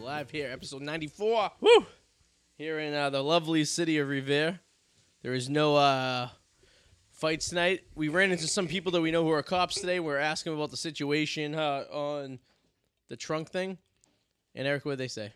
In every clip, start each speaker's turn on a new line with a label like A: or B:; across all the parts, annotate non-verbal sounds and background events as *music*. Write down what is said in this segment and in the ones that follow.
A: live here, episode 94. Woo! Here in uh, the lovely city of Revere. There is no uh, fights tonight. We ran into some people that we know who are cops today. We are asking about the situation uh, on the trunk thing. And Eric, what did they say?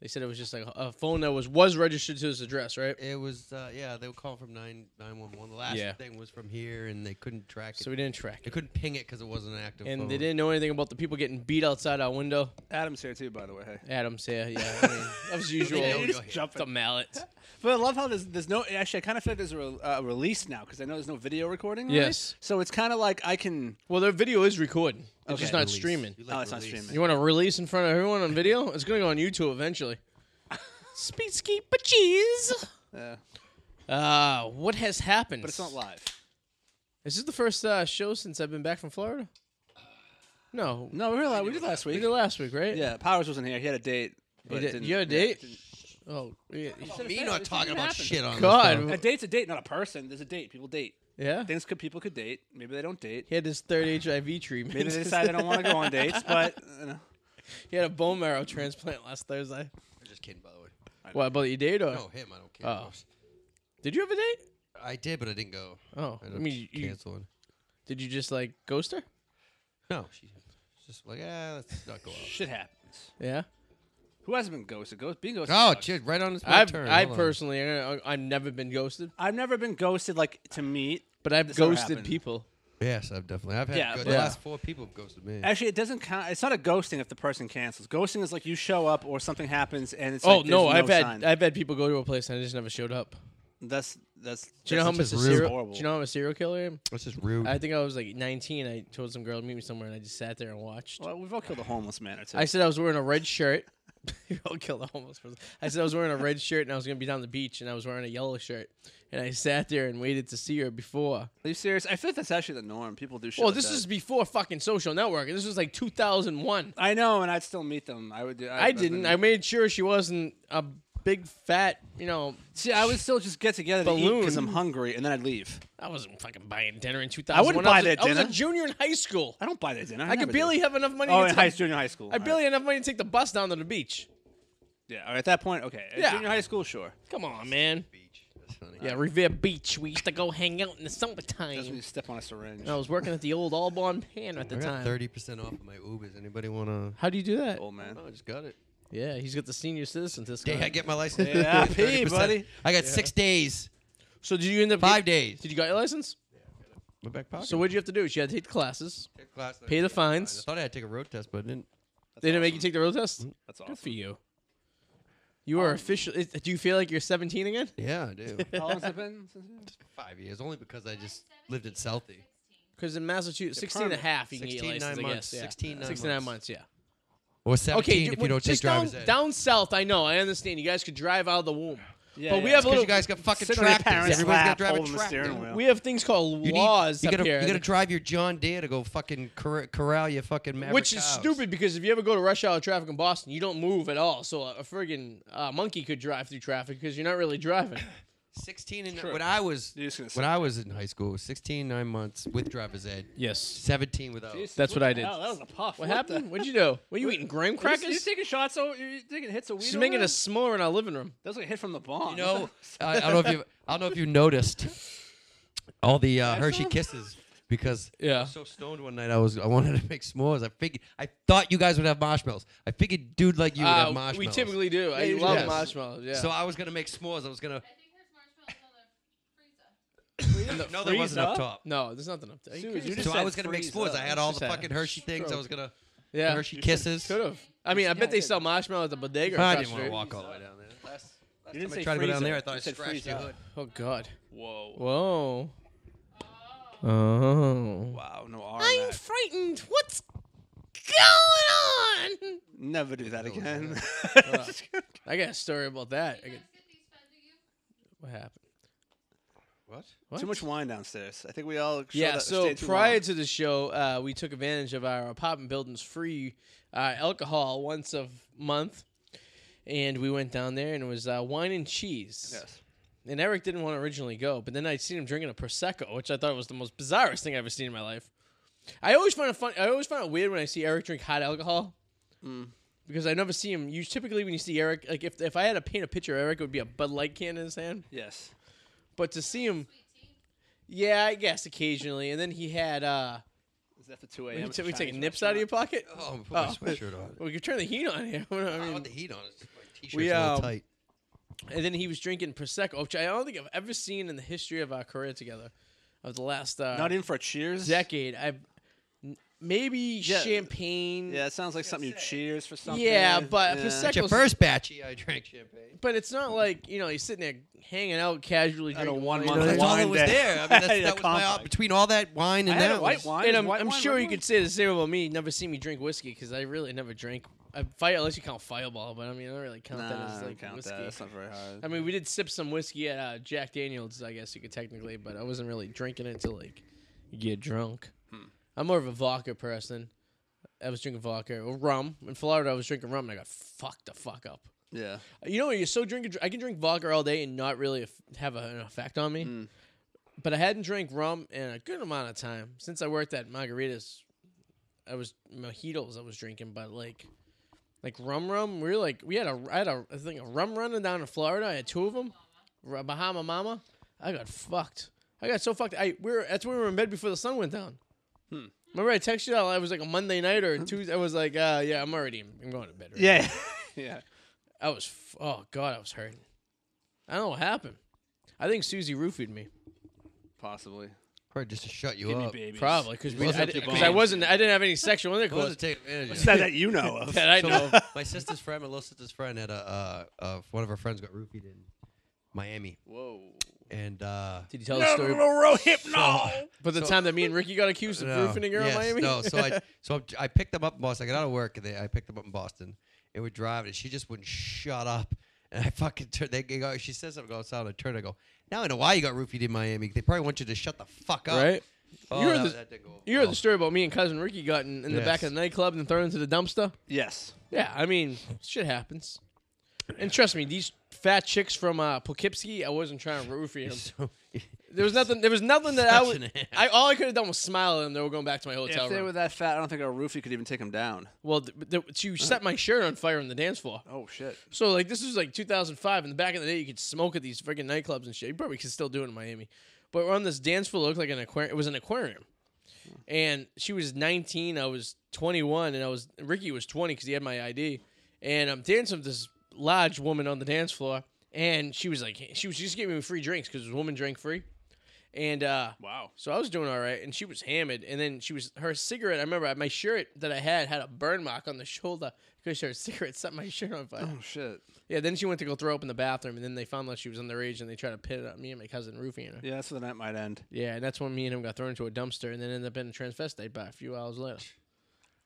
A: They said it was just like a phone that was was registered to his address, right?
B: It was uh, yeah, they were calling from nine nine one one. The last
A: Yeah.
B: thing was from here, and they couldn't track it.
A: So we didn't track
B: they
A: it.
B: couldn't ping it because it wasn't an active.
A: And
B: phone.
A: they didn't know anything about the people getting beat outside our window.
C: Adam's here too, by the way. Hey.
A: Adam's here,
C: *laughs*
A: yeah. I mean, that was usual.
B: Yeah,
C: He's
B: yeah.
C: jumping.
A: The mallet.
C: But I love how there's, there's no. Actually, I kind of feel like there's a re- uh, release now because I know there's no video recording. really.
A: Yes.
C: So it's kind of like I can.
A: Well, their video is recording. It's
C: Okay.
A: just not
B: Release.
A: streaming.
B: You like
C: Oh, it's not
B: release.
C: streaming.
A: You want to release in front of everyone on video? It's going to go on YouTube
C: *laughs*
A: eventually. Speedsky cheese.
C: Uh,
A: Uh, what has happened?
C: but it's not live.
A: Is this the first uh, show since I've been back from Florida? No.
C: No, we were live. We did last
A: We
C: week.
A: did last week, right?
C: Yeah, Powers wasn't here. He had a date.
A: You,
C: But
A: did,
C: didn't-
A: you had a
C: yeah,
A: date?
C: didn't-
A: Oh, yeah.
B: Me
C: Yeah,
B: not
C: it
B: talking
C: didn't
B: about
C: happen.
B: shit on this
A: God.
B: phone.
C: A date's a date, not a person. There's a date. People date.
A: Yeah?
C: Things could people could date. Maybe they don't
A: *laughs*
C: date.
A: He had his third HIV treatment.
C: Maybe they
A: *laughs*
C: decide they don't want to go on dates. *laughs* But you know.
A: he had a bone marrow transplant last Thursday.
B: I'm just kidding, by the way.
A: What, about your date? Or?
B: No, him. I don't care.
A: Oh. Did you have a date?
B: I did, but I didn't go.
A: Oh,
B: I
A: I,
B: ended
A: mean,
B: up
A: you,
B: canceling.
A: did you just like ghost her?
B: No, she's just like, ah, let's not
A: *laughs*
B: go out.
C: Shit happens.
A: Yeah.
C: Who hasn't been ghosted? Ghost being ghosted.
B: Oh,
C: sucks.
B: shit, right on his
A: I've,
B: turn.
A: I
B: Hold on.
A: personally, I, I've never been ghosted,
C: I've never been ghosted like to meet.
A: but I've
C: This never
A: ghosted
C: happened.
A: people.
B: Yes, I've definitely. I've had
C: Yeah,
B: good,
C: but-
B: the
A: Yeah.
B: last four people have ghosted me.
C: Actually, it doesn't count. It's not a ghosting if the person cancels. Ghosting is like you show up or something happens and it's
A: oh
C: like, there's
A: no, I've had
C: sign.
A: I've had people go to a place and I just never showed up.
C: that's that's.
A: Do you know how much
C: that's
B: just
A: a
B: rude.
A: serial?
C: Horrible.
A: Do you know how I'm a serial killer? am?
B: That's just rude.
A: I think I was like 19. I told some girl to meet me somewhere, and I just sat there and watched.
C: Well, we've all killed a homeless man or two.
A: I said I was wearing a red shirt. *laughs* I'll kill the homeless person. I said I was wearing a red shirt and I was gonna be down the beach, and I was wearing a yellow shirt, and I sat there and waited to see her before.
C: Are you serious? I feel like that's actually the norm. People do shit.
A: Well,
C: like
A: this
C: that.
A: is before fucking social networking. This was like 2001.
C: I know, and I'd still meet them. I would. Do,
A: I didn't. I made sure she wasn't a big fat. You know,
C: see. I would still just get together to eat because
A: Balloon.
C: I'm hungry, and then I'd leave.
A: I wasn't fucking buying dinner in 2001.
C: buy
A: was a-
C: that
A: I was
C: dinner.
A: a junior in high school.
C: I don't buy that dinner. I,
A: I, could
C: never
A: barely
C: Do.
A: have enough money.
C: Oh,
A: to
C: in
A: take-
C: high junior high school.
A: I
C: All
A: barely
C: right.
A: had enough money to take the bus down to the beach.
C: Yeah. all right, At that point, okay. At
A: Yeah.
C: Junior high school, sure.
A: Come on, man.
B: Beach. That's funny.
A: Yeah, Revere Beach. We used to go hang out in the
C: That's when
A: summertime.
C: you step on a syringe.
A: I was working at the old Albon Pan at the
B: I got
A: time.
B: thirty percent off of my Ubers. Anybody wanna?
A: How do you do that?
C: Old man.
B: I just got it.
A: Yeah, he's got the senior citizen discount.
B: Day I get my license. *laughs*
C: Yeah,
B: 30%.
C: buddy.
B: I got six days,
A: so did you end up?
B: five days.
A: Did you got your license?
B: My back pocket.
A: So what'd you have to do? You had to take the classes.
B: Take class, then
A: pay the
B: take fine.
A: fines.
B: I thought I had to take a road test, but I didn't.
A: they didn't make you take the road test.
B: Mm-hmm.
A: Um,
C: That's
A: Good for
C: awesome.
A: you. You are official. is- Do you feel like you're 17 again?
B: Yeah, I do.
C: How long has it been? Since you-
B: five years, only because I just lived in Southie.
A: Because in Massachusetts,
C: Your
A: 16 and a
C: permit.
A: half, you can get your
B: 16,
A: license,
B: nine
A: I
B: months.
A: guess. Yeah.
B: 16, nine
A: 16 nine months,
B: months.
A: yeah.
B: Or seventeen
A: Okay, ju-
B: if you don't
A: just
B: take driver's
A: down,
B: ed.
A: down south, I know, I understand. You guys could drive out of the womb.
C: Yeah,
A: but we
C: yeah.
A: have a
B: Because
A: little.
B: you guys got fucking
C: Sit on your
B: tractors.
C: parents'
B: Everybody's
C: lap,
B: got to drive
C: hold
B: a
C: them the
B: tractor.
C: steering wheel.
A: we have things called
B: You need-
A: laws
B: you
A: up
B: gotta,
A: here,
B: You gotta drive your John Deere to go fucking corra- corral your fucking Maverick
A: which is
B: cows.
A: stupid because if you ever go to rush hour traffic in Boston, you don't move at all. So a, a friggin' uh, monkey could drive through traffic because you're not really driving.
B: Sixteen and
C: True.
B: when I was
C: You're just gonna
B: when I was in high school, 16, nine months with driver's ed,
A: *coughs* yes,
B: seventeen without.
A: That's what I did.
C: Oh, that was a puff.
A: what,
C: the-
A: happened? What'd you do? Were you eating graham
C: You're just-
A: crackers?
C: You're, taking shots. So you're taking hits of weed.
A: She's
C: over
A: making
C: there?
A: us smaller in our living room.
C: That was like a hit from the bomb.
A: *laughs*
B: You know, I, I don't know if you I don't know if you noticed all the uh, Hershey kisses because
A: *laughs*
B: I
A: Yeah.
B: was so stoned one night I was I wanted to make s'mores. I figured I thought you guys would have marshmallows. I figured dude like you would have
A: Uh,
B: marshmallows.
A: we typically do. I
C: usually
A: love
B: do.
A: marshmallows. Yeah.
B: So I was gonna make s'mores. I
A: *laughs*
B: was gonna.
D: I think there's marshmallows on the freezer.
B: No, there wasn't up
C: Freezer?
B: top.
A: no, there's nothing up there. Are you
C: Dude,
A: kidding me?
C: you just
B: So I
C: said
B: was gonna make
C: freeze
B: s'mores.
C: up.
B: I had all
A: Just
B: the
A: had
B: fucking Hershey things. I was gonna
A: yeah.
B: Hershey kisses.
A: Could have. I mean, I bet they sell marshmallows at the bodega.
B: I
A: across
B: didn't
A: the
B: want to
A: street.
B: walk all the way down there. Last, last
C: didn't
B: time
C: say
B: I tried to go down
C: freezer.
B: there, I
C: You
B: thought I
C: said
B: scratched
C: freeze
B: your
C: up.
B: hood.
A: Oh God.
C: Whoa.
A: Whoa. Oh.
C: Wow. No R. in
A: I'm
C: that.
A: frightened. What's going on?
C: Never do that again.
A: I got a story about that. I
D: You
A: got,
D: guys get these fed, do you?
A: what happened?
B: What?
A: What?
C: Too much wine downstairs. I think we all. showed
A: Yeah.
C: up-
A: So
C: stayed too
A: prior
C: long.
A: to the show, uh, we took advantage of our apartment building's free uh, alcohol once a month, and we went down there and it was uh, wine and cheese.
C: Yes.
A: And Eric didn't want to originally go, but then I'd seen him drinking a prosecco, which I thought was the most bizarrest thing I've ever seen
C: Hmm.
A: in my life. I always find it fun. I always find it weird when I see Eric drink hot alcohol. because I never see him. You typically when you see Eric, like if if I had to paint a picture, of Eric it would be a Bud Light can in his hand.
C: Yes.
A: But to see him,
D: Sweet tea.
A: yeah, I guess occasionally. And then he had uh,
C: Is that the 2
A: we
C: a.m.?
A: took we
C: Chinese
A: taking nips out of your
C: restaurant?
A: pocket.
B: Oh, I'm
A: Oh.
B: put my sweatshirt on.
A: We could turn the heat on here. *laughs* I
B: I don't
C: Oh,
A: mean,
B: want the heat on. It's my t-shirt's
A: We,
B: a little
A: um,
B: tight.
A: and then he was drinking prosecco, which I don't think I've ever seen in the history of our career together, of the last uh,
C: Not in for cheers.
A: decade. I've n- maybe champagne.
C: Yeah, it sounds like something you cheers for something.
A: Yeah, but Prosecco-
B: At your
A: Eccles-
B: first batch, yeah, I drank champagne.
A: But it's not like you know he's sitting there hanging out casually
C: At a
A: drinking
C: one
A: wine.
C: month
A: You know,
B: That's
A: it's
C: wine
B: all that was
C: day.
B: there.
C: *laughs*
B: I mean, that's,
C: Yeah,
B: that was my op-
C: conflict.
B: between all that wine and
C: I
B: that
C: had a white
B: was-
C: wine.
A: And
C: Is
A: I'm,
C: white
A: I'm
C: wine
A: sure
C: red
A: you
C: wine?
A: could say the same about me. You'd Never see me drink whiskey because I really never drink. I fire unless you count Fireball, but I mean I don't really count
C: Nah,
A: that as
C: I don't
A: like
C: count
A: whiskey.
C: that. That's not very hard.
A: I mean we did sip some whiskey at uh, Jack Daniels, I guess you could technically, but I wasn't really drinking it to like get drunk.
C: Hmm.
A: I'm more of a vodka person. I was drinking vodka or rum in Florida. I was drinking rum and I got fucked the fuck up.
C: yeah.
A: You know, you're so drinking. I can drink vodka all day and not really af- have a, an effect on me. But I hadn't drank rum in a good amount of time since I worked at margaritas. I was mojitos. I was drinking, but like, like rum, rum. We were like, we had a, I had a, I think a rum running down in Florida. I had two of them. Bahama Mama. I got fucked. I got so fucked. I we were that's when we were in bed before the sun went down. Remember I texted you? I was like a Monday night or a Tuesday. I was like, uh, yeah, I'm already, I'm going to bed. Right now.
C: Yeah. yeah.
A: I was, f- oh God, I was hurting. I don't know what happened. I think Susie roofied me,
C: Possibly.
B: Probably just to shut you
C: Guinea
B: up.
C: babies.
A: probably because
B: Close
A: I,
B: up your
A: did- 'cause I
B: bones.
A: wasn't, I didn't have any sexual
B: Close to
A: intercourse
B: take advantage. of
C: *laughs* That,
B: it.
C: that you know
A: *laughs*
C: of.
A: that I
B: So,
A: know.
B: *laughs* my sister's friend, my little sister's friend, had a uh, uh, one of her friends got roofied in Miami,
C: Whoa.
B: and uh,
A: Did you tell the story?
B: no.
A: *laughs* But the
B: So-
A: time that me and Ricky got accused of
B: *laughs* No,
A: roofing a girl
B: yes,
A: in Miami. *laughs*
B: No, so I so I'm- I picked them up in Boston. I got out of work and they, I picked them up in Boston. And we're driving, and she just wouldn't shut up. And I fucking turned. They go. She says something goes out. I turn. I go. Now I know why you got roofied in Miami. They probably want you to shut the fuck up.
A: right?
B: Oh,
A: You heard
B: that-
A: this-
B: that didn't go over
A: You heard
B: well.
A: the story about me and cousin Ricky got in, in the back
B: Yes.
A: of the nightclub and thrown into the dumpster.
C: Yes.
A: Yeah, I mean, shit happens. And trust me, these fat chicks from uh, Poughkeepsie, I wasn't trying to root for you.
B: *laughs*
A: *laughs*
B: So,
A: There was nothing. There was nothing that I
B: Such
A: would.
B: an ass.
A: I all I could have done was smile at them. They were going back to my hotel
C: If they
A: room.
C: were that fat, I don't think a roofie could even take them down.
A: well, th- th- you set my shirt on fire on the dance floor.
C: Oh shit.
A: So like this was like 2005. In the back of the day, you could smoke at these freaking nightclubs and shit. You probably could still do it in Miami, but we're on this dance floor. It looked like an aquarium. It was an aquarium, and she was 19. I was 21, and I was Ricky was 20 because he had my ID. And I'm dancing with this large woman on the dance floor, and she was like, she was just giving me free drinks because this woman drank free, and uh,
C: Wow.
A: so I was doing all right, and she was hammered. And then she was her cigarette. I remember my shirt that I had had a burn mark on the shoulder because her cigarette *laughs* set my shirt on fire.
C: Oh shit.
A: Yeah, then she went to go throw up in the bathroom, and then they found out she was underage, and they tried to pit it up me and my cousin Rufy and her. Yeah.
C: Yeah, that's where the night might end.
A: and that's when me and him got thrown into a dumpster, and then ended up in a transvestite by a few hours later.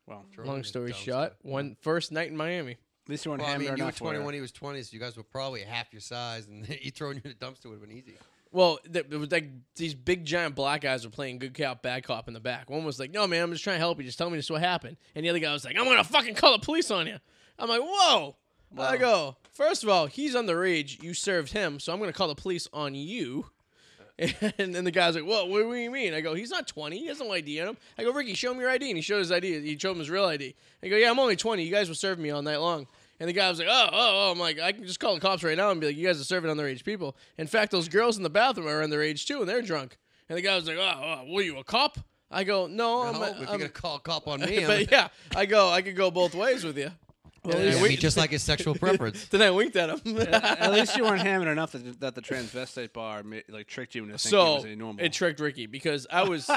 C: Well,
A: Long story short, one first night in Miami.
C: at least you weren't
B: Well, I
C: hammered
B: mean, you were
C: enough.
B: 21, he was 20, so you guys were probably half your size, and *laughs* you throwing you in the dumpster would have been easy.
A: Well, th- it was like these big giant black guys were playing good cop bad cop in the back. One was like, "No, man, I'm just trying to help you. Just tell me this is what happened." And the other guy was like, "I'm gonna fucking call the police on you." I'm like, "Whoa!" I go, first of all, he's underage. You served him, so I'm gonna call the police on you." *laughs* And then the guy's like, "What? What do you mean?" I go, "He's not 20. He has no ID on him." I go, "Ricky, show me your ID." And he showed his ID. He showed him his real ID. I go, "Yeah, I'm only 20. You guys will serve me all night long." And the guy was like, "Oh, oh, oh!" I'm like, "I can just call the cops right now and be like, you guys are serving underage people." In fact, those girls in the bathroom are underage too, and they're drunk. And the guy was like, "Oh, oh were you a cop?" I go, "No, I'm."
C: Um,
B: No,
A: a-
B: if you're
A: I'm-
B: gonna call a cop
C: *laughs*
B: on me,
A: *laughs*
B: I'm
A: but yeah, I go, I could go both ways with you. And
B: *laughs*
C: *laughs*
B: yeah,
A: then, I
B: I mean,
A: winked,
B: just like his sexual preference.
A: *laughs* then I winked at him.
C: *laughs* at least you weren't hammered enough that, that the transvestite bar ma- like tricked you into thinking it
A: so
C: was a normal.
A: it tricked Ricky because I was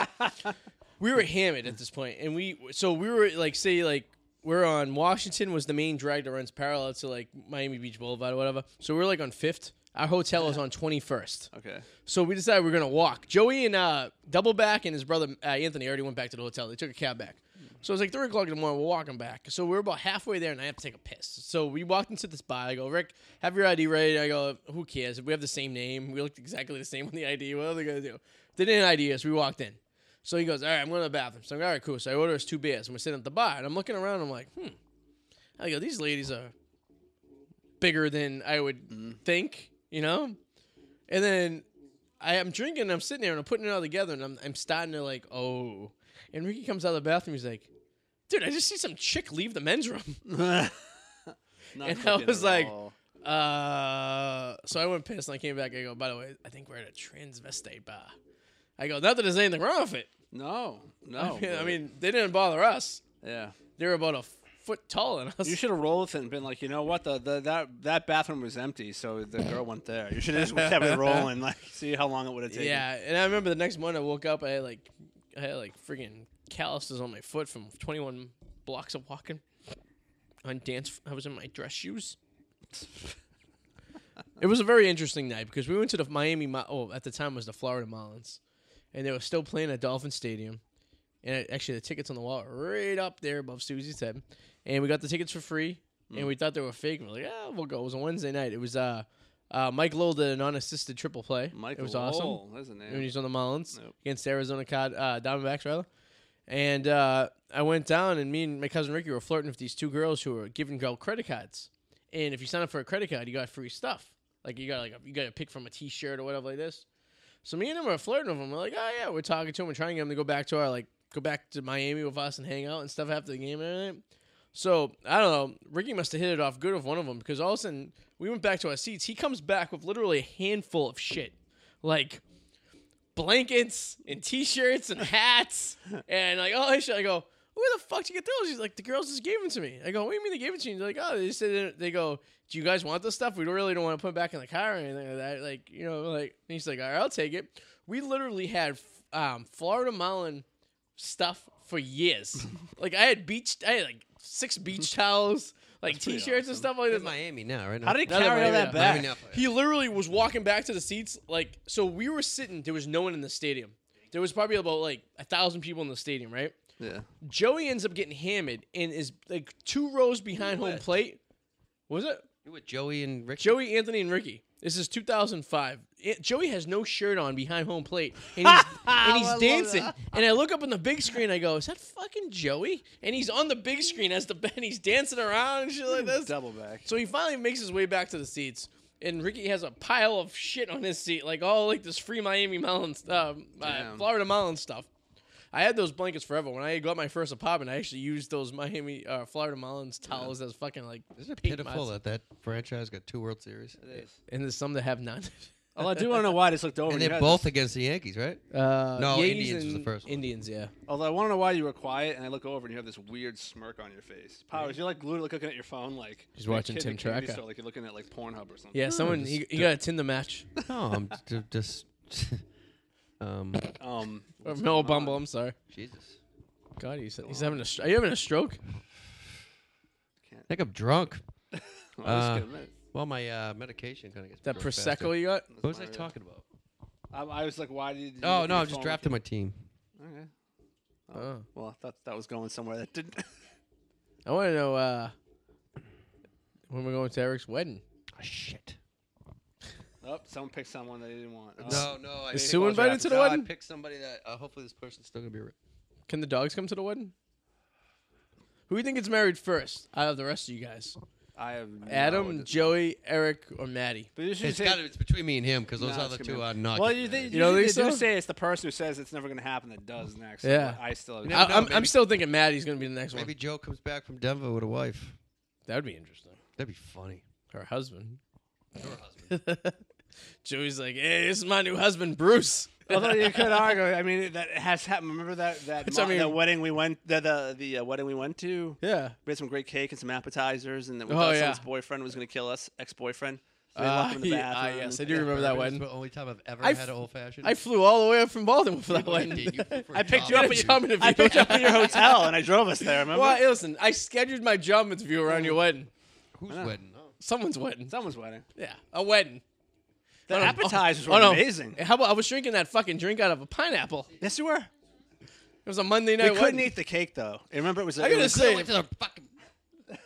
A: we were hammered at this point, and we so we were like say like we're on Washington was the main drag that runs parallel to like Miami Beach Boulevard or whatever. So we're like on Fifth. Our hotel is on Twenty First.
C: *laughs* okay.
A: So we decided we were gonna walk. Joey and uh, Doubleback and his brother uh, Anthony already went back to the hotel. They took a cab back. So it was like three o'clock in the morning. We're walking back. So we were about halfway there, and I have to take a piss. So we walked into this bar. I go, Rick, have your ID ready. I go, who cares? If we have the same name, we looked exactly the same on the ID. What are they gonna do? They didn't ID us. We walked in. So he goes, all right, I'm going to the bathroom. So I'm like, all right, cool. So I order us two beers, and we're sitting at the bar, and I'm looking around. I'm like, hmm. I go, these ladies are bigger than I would think, you know. And then I am drinking, I'm sitting there, and I'm putting it all together, and I'm, I'm starting to like, oh. And Ricky comes out of the bathroom. He's like, dude, I just see some chick leave the men's room. *laughs*
C: Not
A: And I
C: cooking
A: was
C: at
A: like-
C: all.
A: Uh, so I went pissed and I came back. I go, by the way, I think we're at a transvestite bar. I go, not that there's anything wrong with it.
C: no,
A: *laughs*
C: no.
A: I, mean, I
C: but-
A: mean, they didn't bother us.
C: yeah.
A: They were about a foot taller than us.
C: You should have rolled with it and been like, you know what, the, the that that bathroom was empty, so the girl went there. You should have just kept it rolling, like see how long it would have taken.
A: yeah, and I remember the next morning I woke up. I had like, I had like freaking calluses on my foot from 21 blocks of walking. On dance, I was in my dress shoes. *laughs* it was a very interesting night because we went to the Miami. Mo- oh, at the time it was the Florida Marlins, and they were still playing at Dolphin Stadium. And it- actually, the tickets on the wall were right up there above Susie's head, and we got the tickets for free. And we thought they were fake. We're like, ah, we'll go. It was a Wednesday night. It was uh, uh, Mike Lowell did an unassisted triple play.
C: Michael
A: it was awesome
C: Lowell, that's a
A: when
C: name.
A: he's on the Marlins
C: Nope.
A: against Arizona Cod, uh, Diamondbacks rather. And uh, I went down, and me and my cousin Ricky were flirting with these two girls who were giving girl credit cards. And if you sign up for a credit card, you got free stuff. Like you got like a, you got to pick from a T-shirt or whatever like this. So me and him are flirting with him. We're like, oh yeah, we're talking to him. We're trying to get him to go back to our like go back to Miami with us and hang out and stuff after the game and everything. So I don't know. Ricky must have hit it off good with one of them because all of a sudden we went back to our seats. He comes back with literally a handful of shit, like blankets and t-shirts and
C: *laughs*
A: hats and like all this shit. I go, where the fuck did you get those? He's like, the girls just gave them to me. I go, what do you mean they gave it to you? They're like, oh, they just said they go, do you guys want this stuff? We don't really don't want to put it back in the car or anything like that. Like you know, like and he's like, all right, I'll take it. We literally had um, Florida Marlin stuff for years.
C: *laughs*
A: like I had beach, I had like six beach towels, like
C: pretty
A: t-shirts and
C: awesome.
A: stuff like
B: in
A: that.
B: Miami now, right?
C: How did he
A: Another
C: carry
A: Miami
C: all that
A: now.
C: back?
B: Miami now. uh,
A: He literally was walking back to the seats, like so. We were sitting. There was no one in the stadium. There was probably about like a thousand people in the stadium, right?
C: Yeah.
A: Joey ends up getting hammered and is like two rows behind home
B: What?
A: plate. Was it
B: You with Joey and Rick?
A: Joey, Anthony, and Ricky? This is 2005. An- Joey has no shirt on behind home plate, and he's, and he's dancing. And I look up on the big screen. I go, "Is that fucking Joey?" And he's on the big screen as the *laughs* and he's dancing around and shit like this.
C: Double back.
A: So he finally makes his way back to the seats, and Ricky has a pile of shit on his seat, like all like this free Miami Marlin, uh, uh,
C: Damn.
A: Florida Marlin stuff. I had those blankets forever. When I got my first apartment, I actually used those Miami, uh, Florida Marlins towels as fucking like.
B: Isn't it
A: paint
B: pitiful
A: mats.
B: that that franchise got two World Series?
A: And there's some that have none.
C: Well, I do want to know why I just looked over.
B: And
C: you
B: they're
C: had
B: both
C: this-
B: against the Yankees,
C: *laughs*
B: right?
A: Uh,
B: *laughs* No,
A: Yankees
B: Indians was the
A: and
B: first one.
A: Indians, yeah.
C: Although I want to know why you were quiet, and I look over and you have this weird smirk on your face. Powers, you're like literally looking at your phone, like
A: He's
C: you're a
A: watching
C: kid in a
A: Tim
C: candy
A: Tracker.
C: store, like you're looking at like Pornhub or something.
A: Yeah, someone
B: just
A: he, he got a Tinder match.
B: *laughs* No, I'm ju- just. *laughs* um,
C: Um.
A: Or
C: what's
A: no,
C: going
A: Bumble.
C: on?
A: I'm sorry.
B: Jesus.
A: God, he's, he's having a. Str- are you having a stroke?
B: I think I'm drunk.
C: Well, just
B: Uh,
C: give him it.
B: Well, my uh, medication kind of gets me
A: That
B: drunk
A: prosecco
B: faster.
A: you got?
B: What was I
C: That's my-
B: talking about?
C: I, I was like, why did you?
B: Oh
C: look
B: no,
C: at your
B: I'm just
C: phone?
B: drafting my team.
C: Okay.
A: Oh.
C: Well, I thought that was going somewhere that didn't.
A: I want to know uh, when we're going to Eric's wedding.
B: Oh, shit.
C: oh, someone picked someone that they didn't want. Oh.
B: No, no. I
A: Is
B: picked-
A: Sue
B: I
A: invited
B: picked-
A: to the
B: no,
A: wedding?
B: I picked somebody that uh, hopefully this person's still gonna be. Re-
A: Can the dogs come to the wedding? Who do you think gets married first out of the rest of you guys?
C: I have no
A: Adam,
C: idea.
A: Joey, Eric, or Maddie?
C: But you should
B: it's
C: say,
B: got it's between me and him because those
C: Nah,
B: other
C: it's
B: two
C: gonna
B: are not.
C: well,
B: getting
C: you,
B: married.
C: think
A: You
C: you
A: know,
C: know, they
A: they so?
C: do say it's the person who says it's never going to happen that does next. So
A: Yeah.
C: I still.
A: I,
B: You never know,
A: I'm, I'm
B: maybe-
A: still thinking Maddie's going to be the next
B: maybe
A: one.
B: Joe comes back from Denver with a wife.
A: That would be interesting.
B: That'd be funny.
A: Her husband. *laughs* Her husband. Joey's like, hey, this is my new husband, Bruce.
C: Although you could argue, I mean, that has happened. Remember that that
A: Which, I
C: mo- the
A: mean-
C: wedding we went the the, the uh, wedding we went to.
A: Yeah.
C: We had some great cake and some appetizers, and then we
A: Oh,
C: thought
A: yeah.
C: someone's boyfriend was going to kill us, ex boyfriend. So they
A: Uh,
C: locked him in the
A: he- ah,
C: bathroom.
A: yes, I do remember that
B: It's
A: wedding.
B: the only time I've ever
A: I f-
B: had an old fashioned. *laughs*
A: I flew all the way up from Baltimore for that wedding. *laughs*
C: I picked you
A: Got
C: up
A: a
C: at
A: Drummond
C: I picked
A: view.
C: you
A: *laughs*
C: up at your hotel, and I drove us there. Remember?
A: Well, hey, listen, I scheduled my job interview around your wedding.
B: Who's
C: know.
B: wedding?
A: Someone's wedding.
C: Someone's wedding.
A: Yeah, a wedding.
C: The
A: Oh, no.
C: appetizers
A: Oh,
C: were
A: no.
C: amazing.
A: How about I was drinking that fucking drink out of a pineapple?
C: Yes, you were.
A: It was a Monday
C: We
A: night.
C: couldn't
A: wedding.
C: eat the cake though. I remember it was.
A: I
C: it
A: gotta
C: was-
A: say,
B: I went to the fucking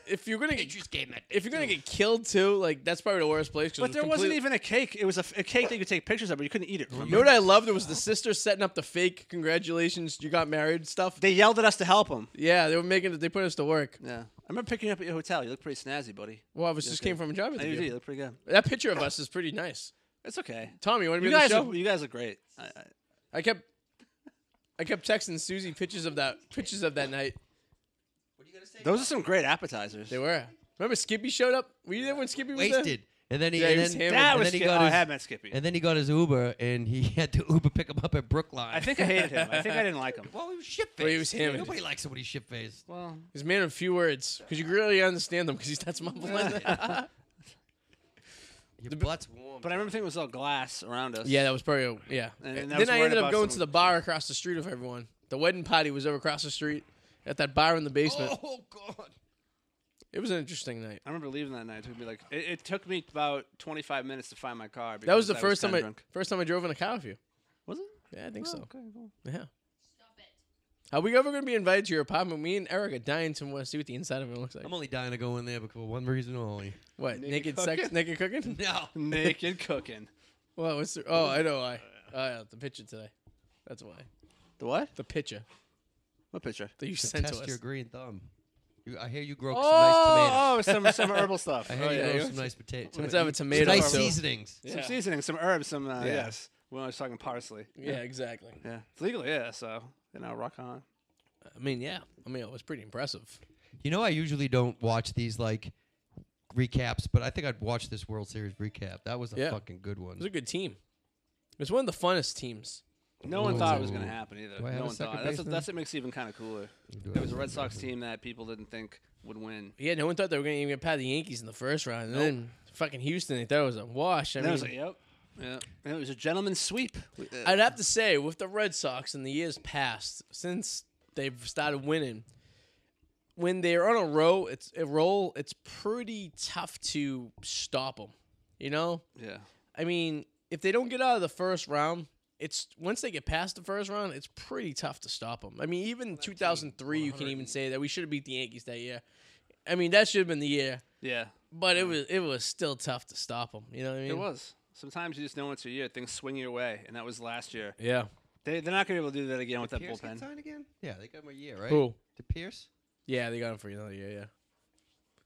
A: if you're gonna get
B: Patriots game that day.
A: if you're gonna get killed too, like that's probably the worst place. 'cause it
C: But
A: was
C: there wasn't
A: complete-
C: even a cake. It was a, f- a cake that you could take pictures of, but you couldn't eat it.
A: You know what I loved? It was the sister setting up the fake congratulations, you got married stuff.
C: They yelled at us to help them.
A: yeah, they were making it. They put us to work.
C: Yeah, I remember picking you up at your hotel. You look pretty snazzy, buddy.
A: Well, I was just came from a job
C: I you do. You
A: interview.
C: look pretty good.
A: That picture of us is pretty nice.
C: It's okay.
A: Tommy, you want to
C: You
A: be on the
C: guys,
A: show?
C: are, you guys are great. I, I,
A: I kept I kept texting Susie pictures of that pictures of that night.
C: Those are some great appetizers.
A: They were. Remember Skippy showed up? Were you there when Skippy was there?
B: wasted. And then he,
A: Yeah,
B: and
A: he
B: then,
A: was hammered.
B: and
C: That
B: then
C: was.
B: he
C: Skippy.
B: got
C: oh, I
B: his-
C: had met Skippy.
B: and then he got his Uber, and he *laughs* had to Uber pick him up at Brookline.
C: I think I hated him. I think I didn't
B: *laughs*
C: like him.
B: Well, he was shit
A: Well, he was
B: faced.
A: hammered.
B: Nobody likes somebody shit faced.
C: Well,
A: He's a man of few words because you really understand them because he starts mumbling.
B: Your butt's warm.
C: but I remember thinking it was all glass around us.
A: yeah, that was probably yeah.
C: And- and I was
A: then I
C: worried
A: ended up
C: about
A: going to
C: some-
A: the bar across the street of everyone. The wedding party was over across the street at that bar in the basement.
B: Oh God!
A: It was an interesting night.
C: I remember leaving that night. It took me like it, it took me about 25 minutes to find my car.
A: That was
C: because
A: the
C: I
A: first
C: kinda
A: time I
C: drunk.
A: first time I drove in a car with you.
C: was it. Oh,
A: Yeah, I think so.
C: Okay, cool.
A: Yeah.
D: Stop it.
A: Are we ever going to be invited to your apartment? Me and Eric are dying to want to see what the inside of it looks like.
B: I'm only dying to go in there because for one
A: *laughs*
B: reason only.
A: what? Naked,
C: Naked
A: sex?
C: cooking?
A: Naked
C: *laughs*
A: cooking? *laughs*
B: No.
C: Naked cooking.
A: Well, what's the, oh, I know why. Oh, yeah, the picture today. That's why.
C: The what?
A: The picture
C: What picture?
A: that you
B: To
A: sent to
B: test
A: us.
B: your green thumb. You, I hear you grow some nice
C: Oh, oh, some some herbal stuff.
B: tomatoes. *laughs* I hear
A: oh,
B: you
A: yeah,
B: grow
A: yeah.
B: some nice potatoes.
A: Let's have a tomato
B: Nice
A: too.
B: seasonings.
A: Yeah.
C: Some seasoning, some herbs, some uh,
B: Yeah.
C: yes. When I was talking parsley.
A: Yeah, exactly.
C: Yeah, it's legal. Yeah, so you know, rock on.
A: I mean, yeah. I mean, it was pretty impressive.
B: You know, I usually don't watch these like recaps, but I think I'd watch this World Series recap. That was a
A: Yeah.
B: fucking good one.
A: It was a good team. It was one of the funnest teams.
C: No one thought it was
B: Ooh.
C: going to happen either.
B: Do I have
C: no
B: a
C: one
B: second
C: thought. That's what,
B: baseman?
C: that's what makes it even kind of cooler. It was a Red Sox team that people didn't think would win.
A: Yeah, no one thought they were going to even get past the Yankees in the first round. And then fucking Houston, they thought it was a wash. I
C: And
A: mean,
C: I was like, yep. Yeah. And it was a gentleman's sweep. We- uh,
A: I'd have to say, with the Red Sox in the years past, since they've started winning, when they're on a row, it's a roll. It's pretty tough to stop them. You know,
C: yeah.
A: I mean, if they don't get out of the first round, it's once they get past the first round, it's pretty tough to stop them. I mean, even 2003, you can even say that we should have beat the Yankees that year. I mean, that should have been the year,
C: Yeah.
A: but it was it was still tough to stop them. You know what I mean?
C: It was. Sometimes you just know it's your year. Things swing your way, and that was last year.
A: Yeah.
C: They, they're not going to be able to do that again with that
B: Pierce get
C: bullpen.
B: signed again? Yeah, they got him a year, right?
A: Who?
B: To Pierce?
A: Yeah, they got him for another year. Yeah.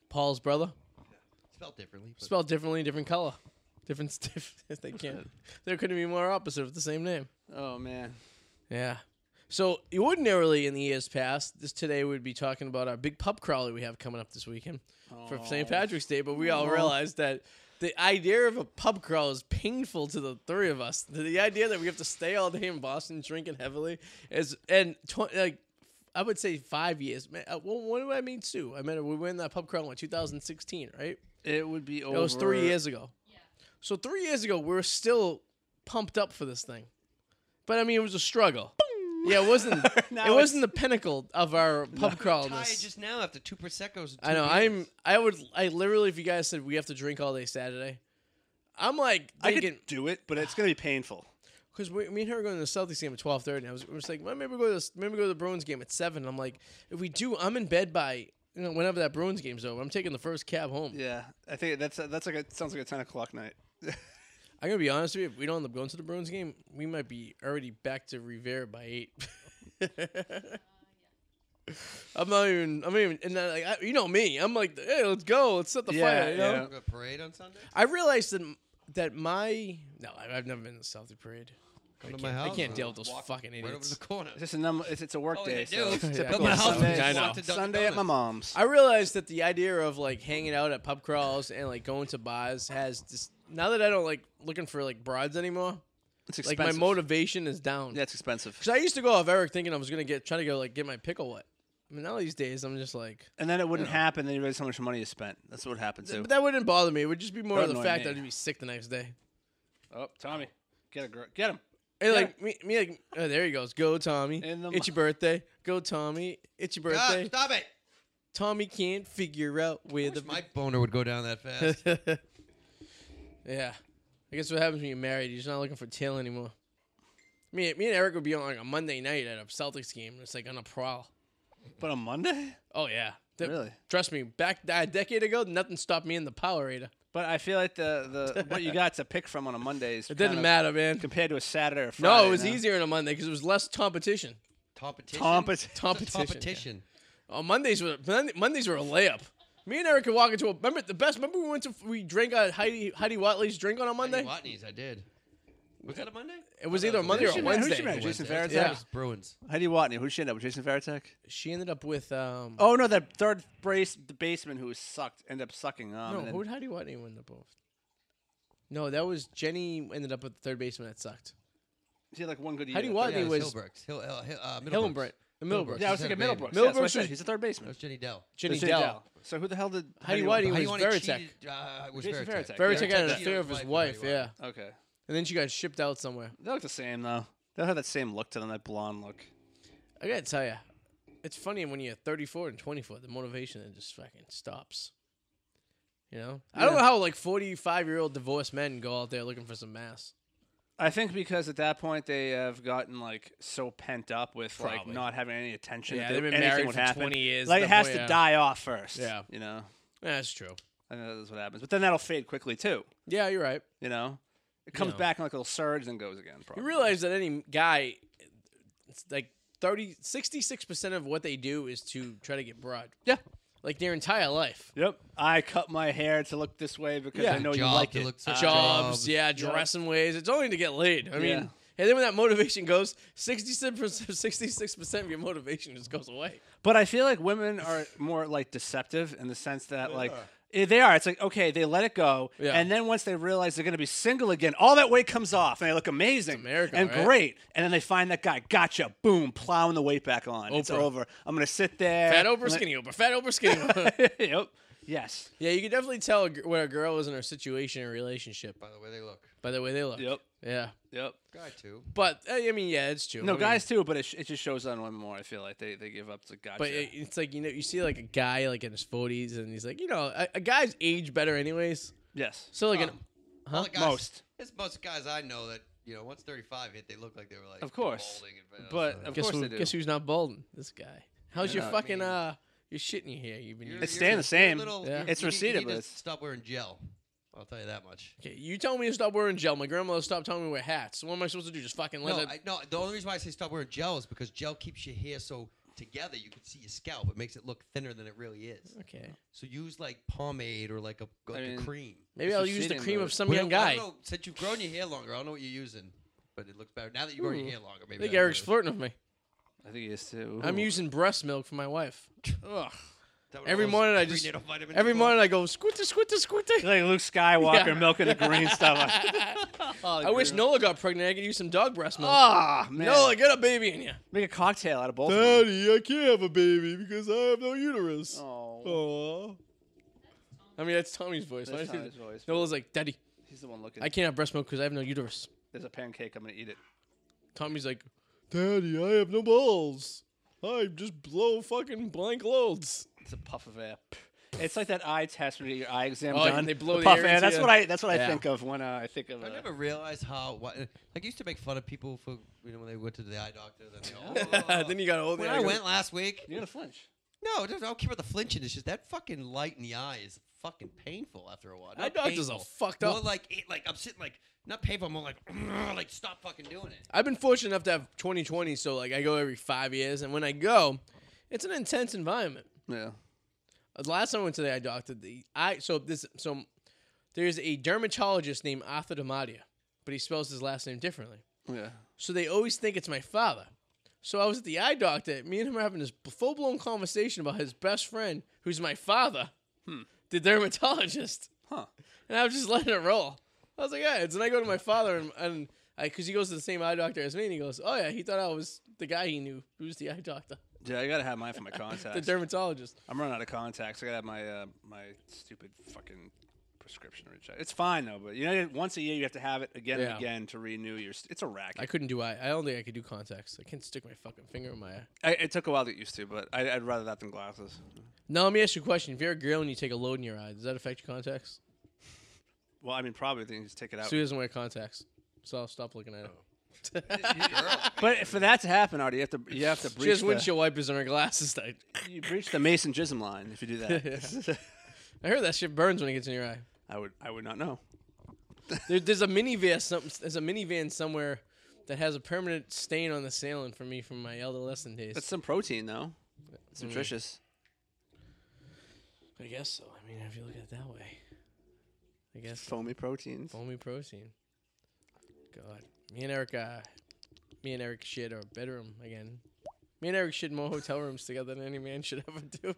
A: Paul's brother.
B: Spelled differently. but-
A: spelled differently, different color, different *laughs* stiff. they can't. There couldn't be more opposite with the same name.
C: Oh man,
A: Yeah. So ordinarily in the years past, this today we'd be talking about our big pub crawler we have coming up this weekend for St. Patrick's Day, but we all realized that the idea of a pub crawl is painful to the three of us. The, the idea that we have to stay all day in Boston drinking heavily is and tw- like I would say five years. Man, uh, well, what do I mean two? I mean we went in that pub crawl in 2016, right?
C: it would be over.
A: That was three years ago.
D: Yeah.
A: So three years ago, we were still pumped up for this thing, but I mean, it was a struggle. Yeah, it wasn't.
C: Now
A: it wasn't the pinnacle of our pub
B: I'm tired
A: crawlness.
B: just now after two prosecco's. and
A: I
B: two
A: know.
B: beers.
A: I'm. I would. I literally, if you guys said we have to drink all day Saturday, I'm like
C: I could
A: thinking
C: do it, but it's going to be painful.
A: because me and her are going to the Celtics game at 12:30. And I was, I was like, well, maybe we go to the, maybe we go to the Bruins game at seven. I'm like, if we do, I'm in bed by you know whenever that Bruins game's over. I'm taking the first cab home.
C: Yeah, I think that's that's like a sounds like a ten o'clock night.
A: I'm gonna be honest with you. If we don't end up going to the Bruins game, we might be already back to Rivera by eight. *laughs* I'm not even. I'm not even. And then, like, I, you know me. I'm like, hey, let's go. Let's set the
C: Yeah,
A: fire. You know.
C: yeah.
B: We got parade on Sunday.
A: I realized that m- that my no, I- I've never been to the Celtic parade.
B: Come
A: I
B: to my
A: can't- I
B: house.
A: can't
B: and
A: deal with those
B: walk
A: fucking
B: Right over
A: idiots.
B: the corner.
C: It's just a number. It's, it's a work
B: Oh, they
C: day. so
B: do.
A: *laughs*
B: *laughs*
C: it's
A: Yeah,
C: typical
A: my house
C: Sunday,
A: is- I know.
B: Walk to Dunkin'
C: Sunday at my
B: Donuts.
C: mom's.
A: I realized that the idea of like hanging out at pub crawls and like going to bars has just now that I don't like looking for like broads anymore.
C: it's
A: Like my
C: expensive.
A: motivation is down.
C: Yeah, it's expensive.
A: Because I used to go off Eric thinking I was gonna get try to go like get my pickle wet. I mean, now these days I'm just like,
C: And then it wouldn't happen. Then you realize how much money you spent. That's what happened too.
A: but that wouldn't bother me. It would just be more
C: That
A: of the
C: annoyed
A: fact
C: me.
A: that I'd be sick the next day.
C: Oh, Tommy, get a girl. Get him.
A: And like me, me like oh, there he goes. Go Tommy.
C: In the
A: it's your birthday. Go Tommy. It's your
B: God,
A: birthday.
B: stop it!
A: Tommy can't figure out where the
B: Wish my boner would go down that fast.
A: *laughs* yeah. I guess what happens when you're married, you're just not looking for tail anymore. Me, me and Eric would be on like a Monday night at a Celtics game. and It's like on a prowl.
C: But on Monday.
A: Oh yeah, Th-
C: Really?
A: Trust me, back a decade ago, nothing stopped me in the Powerator.
C: But I feel like the, the what you got to pick from on a Monday is
A: *laughs* It didn't matter, man.
C: compared to a Saturday or Friday.
A: No, it was
C: now.
A: easier on a Monday because it was less competition.
B: Competition.
C: Compet-
A: Competition.
B: Competition.
A: Oh, Mondays were Mon- Mondays were a layup. Me and Eric could walk into a remember the best. Remember we went to we drank at Heidi Heidi Watley's drink on a Monday.
B: Watney's, I did. Was that a Monday?
A: It was
B: I thought
A: either a Monday
C: Who's
A: or
C: she
A: a
C: mad- who's she
A: Wednesday.
C: mad at? Jason
B: Wednesday.
C: Veritek?
B: Yeah.
A: Yeah.
B: It was Bruins.
C: Heidi Watney. Who'd she end up with? Jason Veritek?
A: She ended up with um.
C: Oh no, that third brace the baseman who was sucked end up sucking. Um,
A: no,
C: and then-
A: who how do you want anyone to both? No, that was Jenny ended up at the third baseman that sucked.
C: she had like one good year.
A: Howdy
C: I think.
A: Watney
B: yeah, it
A: was-
B: Hilbrooks. Hill, Hill, Hill, uh, Middlebrooks.
A: Hillenbrand. Middlebrooks.
C: Yeah, I was
B: She had
C: thinking
B: a baby.
C: Middlebrook. Yeah, that's what I
A: Middlebrook
C: said.
A: was-
C: He's a third
B: That
C: baseman.
B: was Jenny Dell.
A: Jenny
C: That's Jay
A: Dell.
C: Dell. So who the hell did
A: Heidi Watney
C: Watney?
A: was
B: Heidi Watney
A: Veritek.
B: cheated, uh, was
C: Jason
B: Veritek.
C: Veritek.
A: Very took
C: Veritek
A: out an
B: cheated
A: affair
B: on
A: of his
B: from
A: wife,
B: Heidi
A: yeah.
B: Watney.
A: *laughs*
C: Okay,
A: And then she got shipped out somewhere.
C: they look the same though. They all have that same look to them, that blonde look.
A: I gotta tell you, it's funny when you're 34 and 24, the motivation that just fucking stops. You know, I don't know how like 45 year old divorced men go out there looking for some mass.
C: I think because at that point they have gotten like so pent up with like
A: Probably.
C: not having any attention.
A: Yeah,
C: that
A: they've been
C: anything
A: married
C: would
A: for
C: happen.
A: 20 years
C: Like
A: at
C: it
A: that
C: has
A: point,
C: to
A: yeah.
C: die off first.
A: Yeah.
C: you know,
A: Yeah, that's true.
C: I think that's what happens. But then that'll fade quickly too.
A: Yeah, you're right.
C: You know, it comes
A: know.
C: back in like a little surge and goes again. Probably.
A: You realize that any guy, it's like 30, 66% of what they do is to try to get broad.
C: Yeah.
A: Like their entire life.
C: Yep. I cut my hair to look this way because
A: Yeah.
C: I know you
B: Job
C: like
B: to
C: it.
B: look such-
C: Uh,
A: Jobs,
B: Jobs.
A: yeah, dressing ways. It's only to get laid. I mean,
C: Yeah.
A: and then when that motivation goes, 66%, 66% of your motivation just goes away.
C: But I feel like women are more like deceptive in the sense that like eh, they are. It's like okay, they let it go,
A: Yeah.
C: and then once they realize they're going to be single again, all that weight comes off, and they look amazing
A: America,
C: and
A: right?
C: great. And then they find that guy, gotcha, boom, plowing the weight back on. It's
A: Oprah.
C: over. I'm going to sit there. *laughs*
A: Fat
C: I'm
A: over,
C: gonna-
A: skinny over, fat over,
C: *laughs*
A: skinny *laughs* over.
C: yep. Yes.
A: Yeah, you can definitely tell a gr- when a girl is in her situation or relationship
B: By the way they look.
A: by the way they look.
C: Yep.
A: Yeah.
C: Yep.
B: Guy too.
A: But, uh, I mean, yeah, it's true.
C: No,
A: I mean,
C: guys too, but it, sh- it just shows on women more. I feel like they, they give up to gotcha.
A: But it, it's like, you know, you see like a guy like in his 40s and he's like, you know, a, a guy's age better anyways.
C: yes.
A: So, like, an,
B: Um,
C: Oh,
B: all the guys,
C: Most.
B: It's most guys I know that you know once 35 hit, they look like they were like
C: Of course.
B: balding and-
C: But
B: so-
C: of
A: guess,
C: course
A: who-
C: they do.
A: guess who's not balding? This guy. How's
C: Yeah,
A: your
C: I
A: fucking,
B: mean-
A: uh, your shit in your hair? You've been
B: You're-
A: using?
C: It's
B: you're-
C: staying the same.
B: you're a little-
A: Yeah.
B: you-
C: It's
B: you need-
C: receded,
B: You need
C: but
B: to
C: it's-
B: stop wearing gel. I'll tell you that much.
A: Okay, you tell me to stop wearing gel. My grandmother stopped telling me to wear hats. So what am I supposed to do? Just fucking let
B: No,
A: it.
B: I, no. The only reason why I say stop wearing gel is because gel keeps your hair so together. You can see your scalp. It makes it look thinner than it really is.
A: okay.
B: So use like pomade or like a, like a
C: mean,
B: cream.
A: Maybe
C: It's
A: I'll
C: just
A: use the
C: sitting
A: cream
C: there.
A: of some
B: Well,
A: young
B: I
A: guy.
B: don't know. Since you've grown your hair longer, I don't know what you're using, but it looks better now that you've grown your hair longer.
A: I
B: Maybe
A: think
B: that'll
A: Eric's
B: do it.
A: flirting with me.
C: I think he is too.
A: I'm
C: Ooh.
A: using breast milk for my wife. Ugh.
B: That one of
A: Every
B: those
A: morning I just
B: prenatal vitamins
A: every
B: you
A: morning I go squitter squitter squitter.
C: like Luke Skywalker
A: Yeah.
C: milking the green *laughs* stuff.
A: *laughs* I wish Nola got pregnant. I could use some dog breast milk.
C: Ah Oh, man,
A: Oh, Nola, get a baby in you.
C: make a cocktail out of both. of them.
A: Daddy, I can't have a baby because I have no uterus.
C: Oh,
A: Aww. I mean, that's Tommy's voice.
C: That's
A: Why is it-
C: not his voice.
A: Nola's like, Daddy,
C: He's the one looking.
A: I can't have breast milk because I have no uterus.
C: There's a pancake. I'm gonna eat it.
A: Tommy's like, Daddy, I have no balls. I just blow fucking blank loads.
C: It's a puff of air. *laughs* It's like that eye test when you get your eye exam
A: Oh,
C: done.
A: and they blow the
C: puff
A: air
C: air.
A: into
C: That's
A: you.
C: what I. That's what
A: Yeah.
C: I think of when uh, I think of. Uh,
B: I never realized how what like I used to make fun of people for you know when they went to the eye doctor.
A: *laughs*
B: Then, they go, "Oh."
A: *laughs* then you got old. *laughs*
B: when
A: yeah,
B: I
A: go-
B: went last week,
C: You're gonna flinch.
B: no, just, I don't care about the flinching. It's just that fucking light in the eye is fucking painful after a while.
A: Eye
B: Not
A: doctors
B: painful,
A: are fucked
B: More
A: up.
B: like it, like I'm sitting like not painful. I'm more like *clears throat* like stop fucking doing it.
A: I've been fortunate enough to have 2020, so like I go every five years, and when I go, it's an intense environment.
C: Yeah.
A: Uh, The last time I went to the eye doctor, the eye so this so there's a dermatologist named Arthur Damadia, but he spells his last name differently.
C: Yeah.
A: So they always think it's my father. So I was at the eye doctor. Me and him were having this full blown conversation about his best friend, who's my father, the dermatologist.
C: Hmm. Huh.
A: And I was just letting it roll. I was like, yeah. And then I go to my father, and, and I, because he goes to the same eye doctor as me, and he goes, oh, yeah, he thought I was the guy he knew who was the eye doctor,
C: Yeah, I gotta have mine for *laughs* my
A: the
C: contacts.
A: dermatologist.
C: I'm running out of contacts. I gotta have my uh, my stupid fucking prescription rechecked. It's fine though, but you know, once a year you have to have it again
A: Yeah.
C: and again to renew your. St- it's a racket.
A: I couldn't do eye. I don't think I could do contacts. I can't stick my fucking finger in my eye.
C: I, it took a while to get used to, but I, I'd rather that than glasses.
A: Now, let me ask you a question. If you're a girl and you take a load in your eye, does that affect your contacts?
C: Well, I mean, probably then you just take it out.
A: Sue doesn't wear contacts, so I'll stop looking at her.
C: *laughs* Oh.
A: *laughs*
C: But for that to happen, Artie, you have to you have to
A: She has
C: breach the,
A: windshield wipers in her glasses. *laughs* I,
C: you breach the Mason Jism line if you do
A: Yeah.
C: that.
A: I heard that shit burns when it gets in your eye.
C: *laughs* I would I would not know.
A: There, there's a minivan. Some, there's a minivan somewhere that has a permanent stain on the ceiling for me from my adolescent days.
C: That's some protein though. It's nutritious.
A: I guess so. I mean, if you look at it that way, I guess
C: Foamy proteins.
A: foamy protein. God, Me and Eric, uh, me and Eric shared a bedroom again. Me and Eric shared more hotel rooms together than any man should ever do.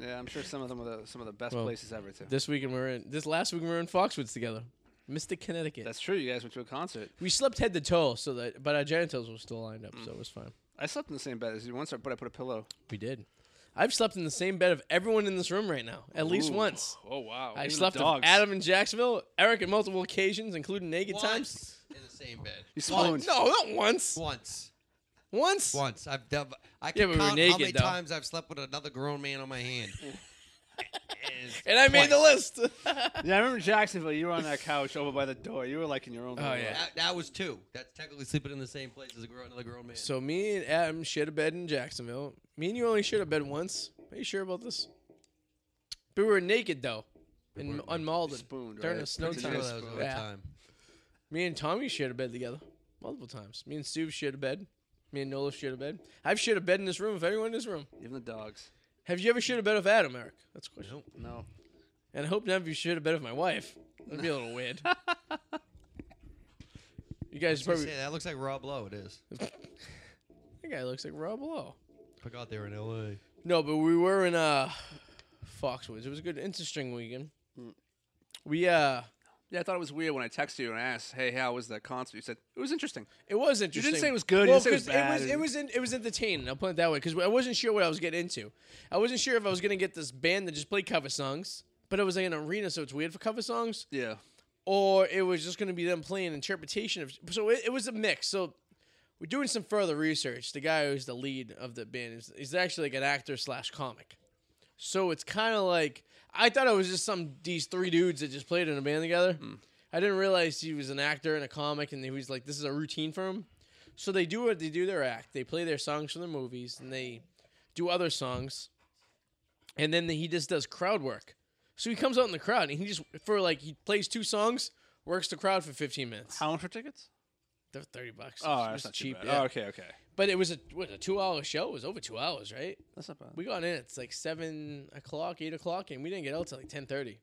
C: Yeah, I'm sure some of them are the, some of the best
A: Well,
C: places ever too.
A: This weekend we are in. This last week we were in Foxwoods together, Mystic, Connecticut.
C: That's true. You guys went to a concert.
A: we slept head to toe, so that but our genitals were still lined up, so it was fine.
C: I slept in the same bed as you once, but I put a pillow.
A: We did. I've slept in the same bed of everyone in this room right now, at least
C: Ooh.
A: once.
C: Oh wow!
A: I
C: Even the
A: slept with
C: dogs.
A: Adam in Jacksonville, Eric at multiple occasions, including naked times.
B: Once in the same bed.
C: You swooned.
A: No, not once.
B: Once.
A: Once.
B: Once. I've done, I
A: Yeah, but
B: can
A: we were
B: count how
A: naked,
B: many
A: though.
B: times I've slept with another grown man on
A: *laughs*
B: my hand. It's
A: And I made the
B: twice.
A: list. *laughs*
C: Yeah, I remember Jacksonville. You were on that couch over by the door. You were like in your own.
A: Oh,
C: little-
A: yeah.
B: That, that was two. That's technically sleeping in the same place as a grown, another grown man.
A: so me and Adam shared a bed in Jacksonville. Me and you only shared a bed once. Are you sure about this? But we were naked though, in
B: weren't.
A: on Malden
C: Spooned,
A: during
C: right?
A: the snow
B: Pretty sure
A: time.
B: that
C: Continuous
B: was
C: spoon.
B: over
A: Yeah.
B: time.
A: Me and Tommy shared a bed together multiple times. Me and Stu shared a bed. Me and Nola shared a bed. I've shared a bed in this room with everyone in this room.
C: Even the dogs.
A: Have you ever shared a bed with Adam, Eric? That's a question.
B: No.
C: No.
A: And I hope none of you shared a bed with my wife. That'd be a little weird. you guys
B: Probably.
A: probably
B: Say, that looks like Rob Lowe. It is.
A: that guy looks like Rob Lowe.
B: Forgot they were in L.A.
A: No, but we were in uh Foxwoods. It was a good, interesting weekend.
C: Hmm.
A: We uh,
C: Yeah, I thought it was weird when I texted you and asked, "Hey, how was that concert?" You said it was interesting.
A: it was interesting.
C: say it was good, you
A: Well,
C: didn't say it was
A: 'cause
C: bad,
A: it was it
C: and-
A: was in, it was entertaining. I'll put it that way because I wasn't sure what I was getting into. I wasn't sure if I was gonna get this band that just played cover songs, but it was like an arena, so it's weird for cover songs.
C: Yeah.
A: or it was just going to be them playing interpretation of. So it, it was a mix. So we're doing some further research. The guy who's the lead of the band is, is actually like an actor slash comic. So it's kind of like I thought it was just some these three dudes that just played in a band together.
C: Hmm.
A: I didn't realize he was an actor and a comic, and he was like, this is a routine for him. So they do what they do their act. They play their songs from their movies, and they do other songs, and then he just does crowd work. So he comes out in the crowd and he just for like he plays two songs, works the crowd for 15 minutes.
C: How much for tickets?
A: They're 30 bucks.
C: Oh,
A: It
C: that's
A: was
C: not cheap.
A: yeah.
C: Oh, okay, okay.
A: But it was a what a two hour show. It was over two hours, right?
C: That's not bad.
A: We got in. It's like seven o'clock, eight o'clock, and we didn't get out till like 10:30.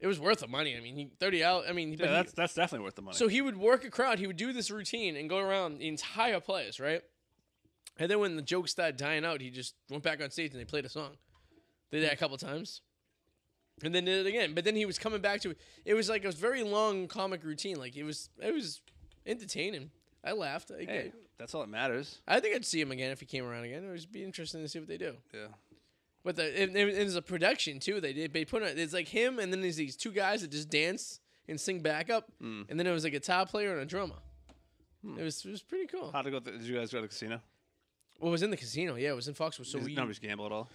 A: It was worth the money. I mean, he, 30 out. I mean, but
C: Yeah,
A: he-
C: that's that's definitely worth the money.
A: so he would work a crowd. He would do this routine and go around the entire place, right? And then when the jokes started dying out, he just went back on stage and they played a song. They did that a couple times, and then did it again. But then he was coming back to it. It was like a very long comic routine. Like it was, it was entertaining. I laughed. I,
C: hey, that's all that matters.
A: I think I'd see him again if he came around again. It would be interesting to see what they do.
C: Yeah.
A: But the, it, it, it was a production too. They did. They put on, it's like him, and then there's these two guys that just dance and sing backup, and then it was a guitar player and a drummer. It was it was pretty cool.
C: How to go? Th- did you guys go to the casino?
A: Well, it was in the casino. Yeah, it was in Foxwood. So
C: Did
A: we
C: nobody's gamble at all.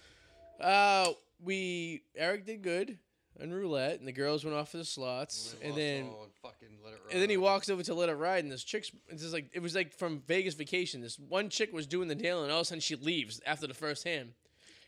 A: uh we Eric did good in roulette, and the girls went off for the slots, and then.
B: Oh.
A: And then he walks over to let her ride, and this chick's it's just like it was like from Vegas vacation. This one chick was doing the deal, and all of a sudden she leaves after the first hand,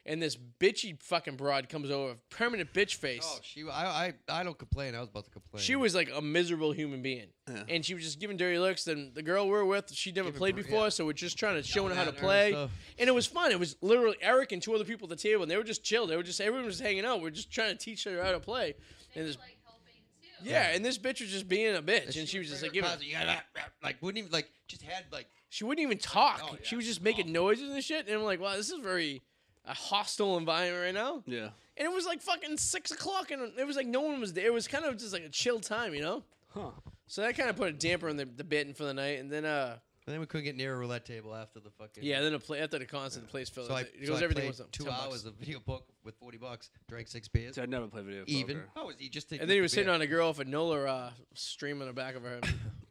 A: and this bitchy fucking broad comes over, permanent bitch face.
B: Oh, she. I, I. I don't complain. I was about to complain.
A: She was like a miserable human being,
C: Yeah.
A: and she was just giving dirty looks. And the girl we're with, she never
B: Giving
A: played
B: br-
A: before,
B: yeah.
A: so we're just trying to show her
B: Yelling
A: how
B: at
A: to
B: her and
A: play. And,
B: stuff.
A: it was fun. It was literally Eric and two other people at the table, and they were just chill. They were just everyone was hanging out. We are just trying to teach her how to play.
D: They
A: And
D: were
A: this,
D: like helping too.
A: yeah, and this bitch was just being a bitch, and she was just like, giving,
B: You gotta- like wouldn't even like just had like
A: she wouldn't even talk.
B: Oh, yeah,
A: She was just
B: it's
A: making
B: awful.
A: noises and shit. And I'm like, wow, this is very a hostile environment right now.
C: Yeah.
A: And it was like fucking six o'clock, and it was like no one was there. It was kind of just like a chill time, you know.
C: Huh.
A: So that kind of put a damper on the, the bit for the night, and then uh
B: And then we couldn't get near a roulette table after the fucking.
A: yeah, then a play after the concert, the place filled.
B: So I,
A: it
B: so
A: was
B: I
A: everything
B: played
A: was up,
B: two
A: 10 bucks.
B: hours of video book with forty bucks, drank six beers,
C: See, I never played video.
B: even.
C: poker.
B: Oh, was he just?
A: and then he was hitting on a girl off of Nola uh, stream on the back of her. head.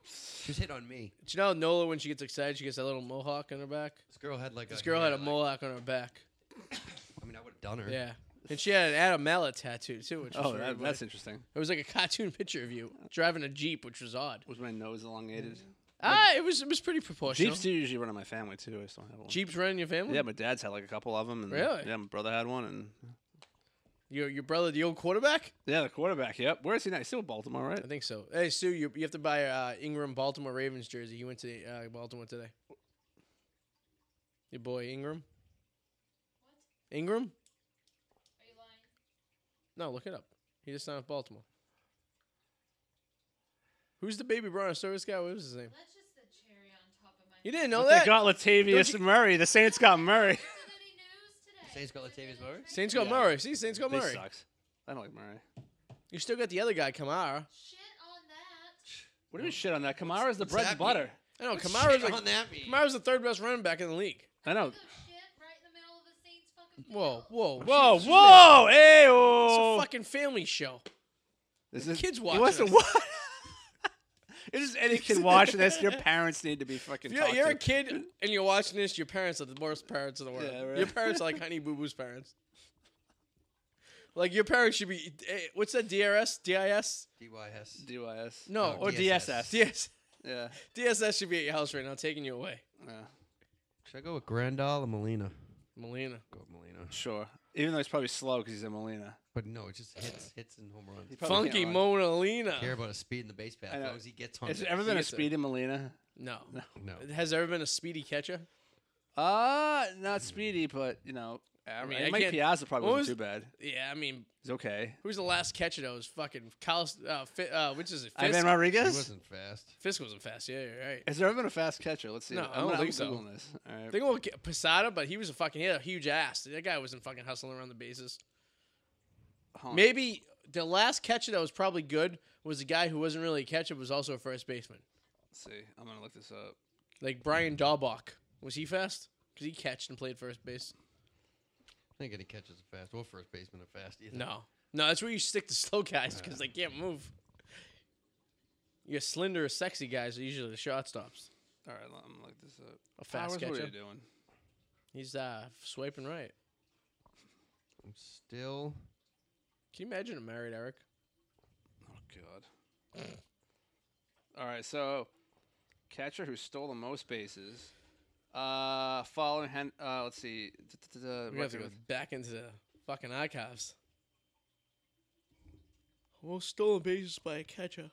B: She was hitting on me.
A: Do you know how Nola when she gets excited, she gets that little mohawk on her back.
B: This girl had like.
A: This
B: a
A: girl
B: hair,
A: had a
B: like-
A: mohawk on her back.
B: I mean, I would have done her.
A: Yeah, and she had an Adam Mallet tattoo too, which was
C: Oh,
A: very
C: that,
A: weird.
C: that's interesting.
A: It was like a *laughs* cartoon picture of you driving a jeep, which was odd.
C: Was my nose elongated?
A: Ah, it was it was pretty proportional. Jeeps,
C: Jeeps do usually run in my family too. I still have one.
A: running your family.
C: Yeah, my dad's had like a couple of them. And
A: Really?
C: Yeah, my brother had one, and
A: your your brother, the old quarterback.
C: yeah, the quarterback. Yep. Where is he now? He's still with Baltimore, right?
A: I think so. Hey Sue, you you have to buy uh, Ingram Baltimore Ravens jersey. You went to uh, Baltimore today. Your boy Ingram. Ingram?
D: Are you lying?
A: No, look it up. He just signed with Baltimore. Who's the baby Brian service guy? What was his name?
D: Let's just *laughs*
A: You didn't know
C: They
A: that?
C: got Latavius Murray. The Saints got
A: *laughs*
C: Murray.
D: Is there any news today?
B: Saints got Latavius Murray?
A: Saints got *laughs*
C: Yeah.
A: Murray. See, Saints got
C: They
A: Murray.
C: sucks. I don't like Murray.
A: You still got the other guy, Kamara.
D: Shit on that.
C: What do you mean shit on that? Kamara's the
B: what's
C: bread
B: that
C: and butter.
A: I know Kamara's
B: Shit
A: like
B: on that mean?
A: Kamara's the third best running back in the league.
C: I know.
D: Those shit right in the middle of the Saints fucking
A: Whoa,
D: field.
A: whoa,
C: Whoa,
A: Jesus,
C: whoa, hey,
A: It's
C: oh.
A: a fucking family show.
C: This
A: The
C: is-
A: kids
C: you
A: watching
C: must-
A: us.
C: *laughs* What? it's just any kid watching this.
A: *laughs*
C: Your parents need to be fucking.
A: If you're,
C: talked
A: you're
C: to.
A: a kid and you're watching this, your parents are the worst parents in the world.
C: Yeah, right.
A: Your parents are like Honey Boo Boo's parents. Like your parents should be. eh, What's that? DRS, DIS?
B: DYS.
C: DYS.
A: No,
C: or
A: or
B: DSS.
C: DSS.
A: DS,
C: yeah.
A: DSS should be at your house right now, taking you away.
C: yeah.
B: Should I go with Grandal or Molina?
A: Molina.
B: Go with Molina.
C: Sure. Even though he's probably slow because he's in Molina.
B: But no, it just hits hits and home runs.
C: He probably can't
A: Funky
C: run.
A: Mona Lina.
B: *laughs* care about his speed in the base path.
C: I
B: As
C: know.
B: long as he
A: Oh,
B: gets on
C: Has
B: it.
C: there ever been a
A: Yes, sir.
C: speed in Molina?
A: No.
B: No.
A: Has there ever been a speedy catcher?
C: Uh, not speedy, but you know, I mean,
A: mean, I
C: Mike
A: can't-
C: Piazza probably
A: what
C: wasn't
A: was-
C: too bad.
A: Yeah, I mean,
C: He's okay.
A: who's the last catcher that was fucking Kyle, uh, Fi- uh, which is it? Fisk?
C: Ivan
B: He
C: Rodriguez.
B: wasn't fast.
A: Fisk wasn't fast. Yeah, you're right.
C: Has there ever been a fast catcher? Let's see.
A: No,
C: I'm
A: I don't
C: gonna- I'm
A: think so.
C: Googling This. All right.
A: They gonna get Posada, but he was a fucking he had a huge ass. That guy wasn't fucking hustling around the bases.
C: Hold on.
A: Maybe the last catcher that was probably good was a guy who wasn't really a catcher, but was also a first baseman,
C: Let's see. I'm gonna look this up.
A: like Brian Daubach. Was he fast? Because he catched and played first base.
B: I think any catches are fast. Or first baseman are fast. Either.
A: No, no, that's where you stick the *laughs* slow guys because they can't move. Your slender, sexy guys are usually the shortstops.
C: All right, I'm gonna look this up.
A: A fast
C: Powers, What are
A: catcher.
C: you doing?
A: He's uh, swiping right.
B: I'm still.
A: Can you imagine a married Eric?
C: Oh God. All right, so catcher who stole the most bases. Uh, following Hen- uh, let's see. d- d- d-
A: We have to
C: record
A: go
C: with-
A: back into the fucking archives. Most stolen bases by a catcher.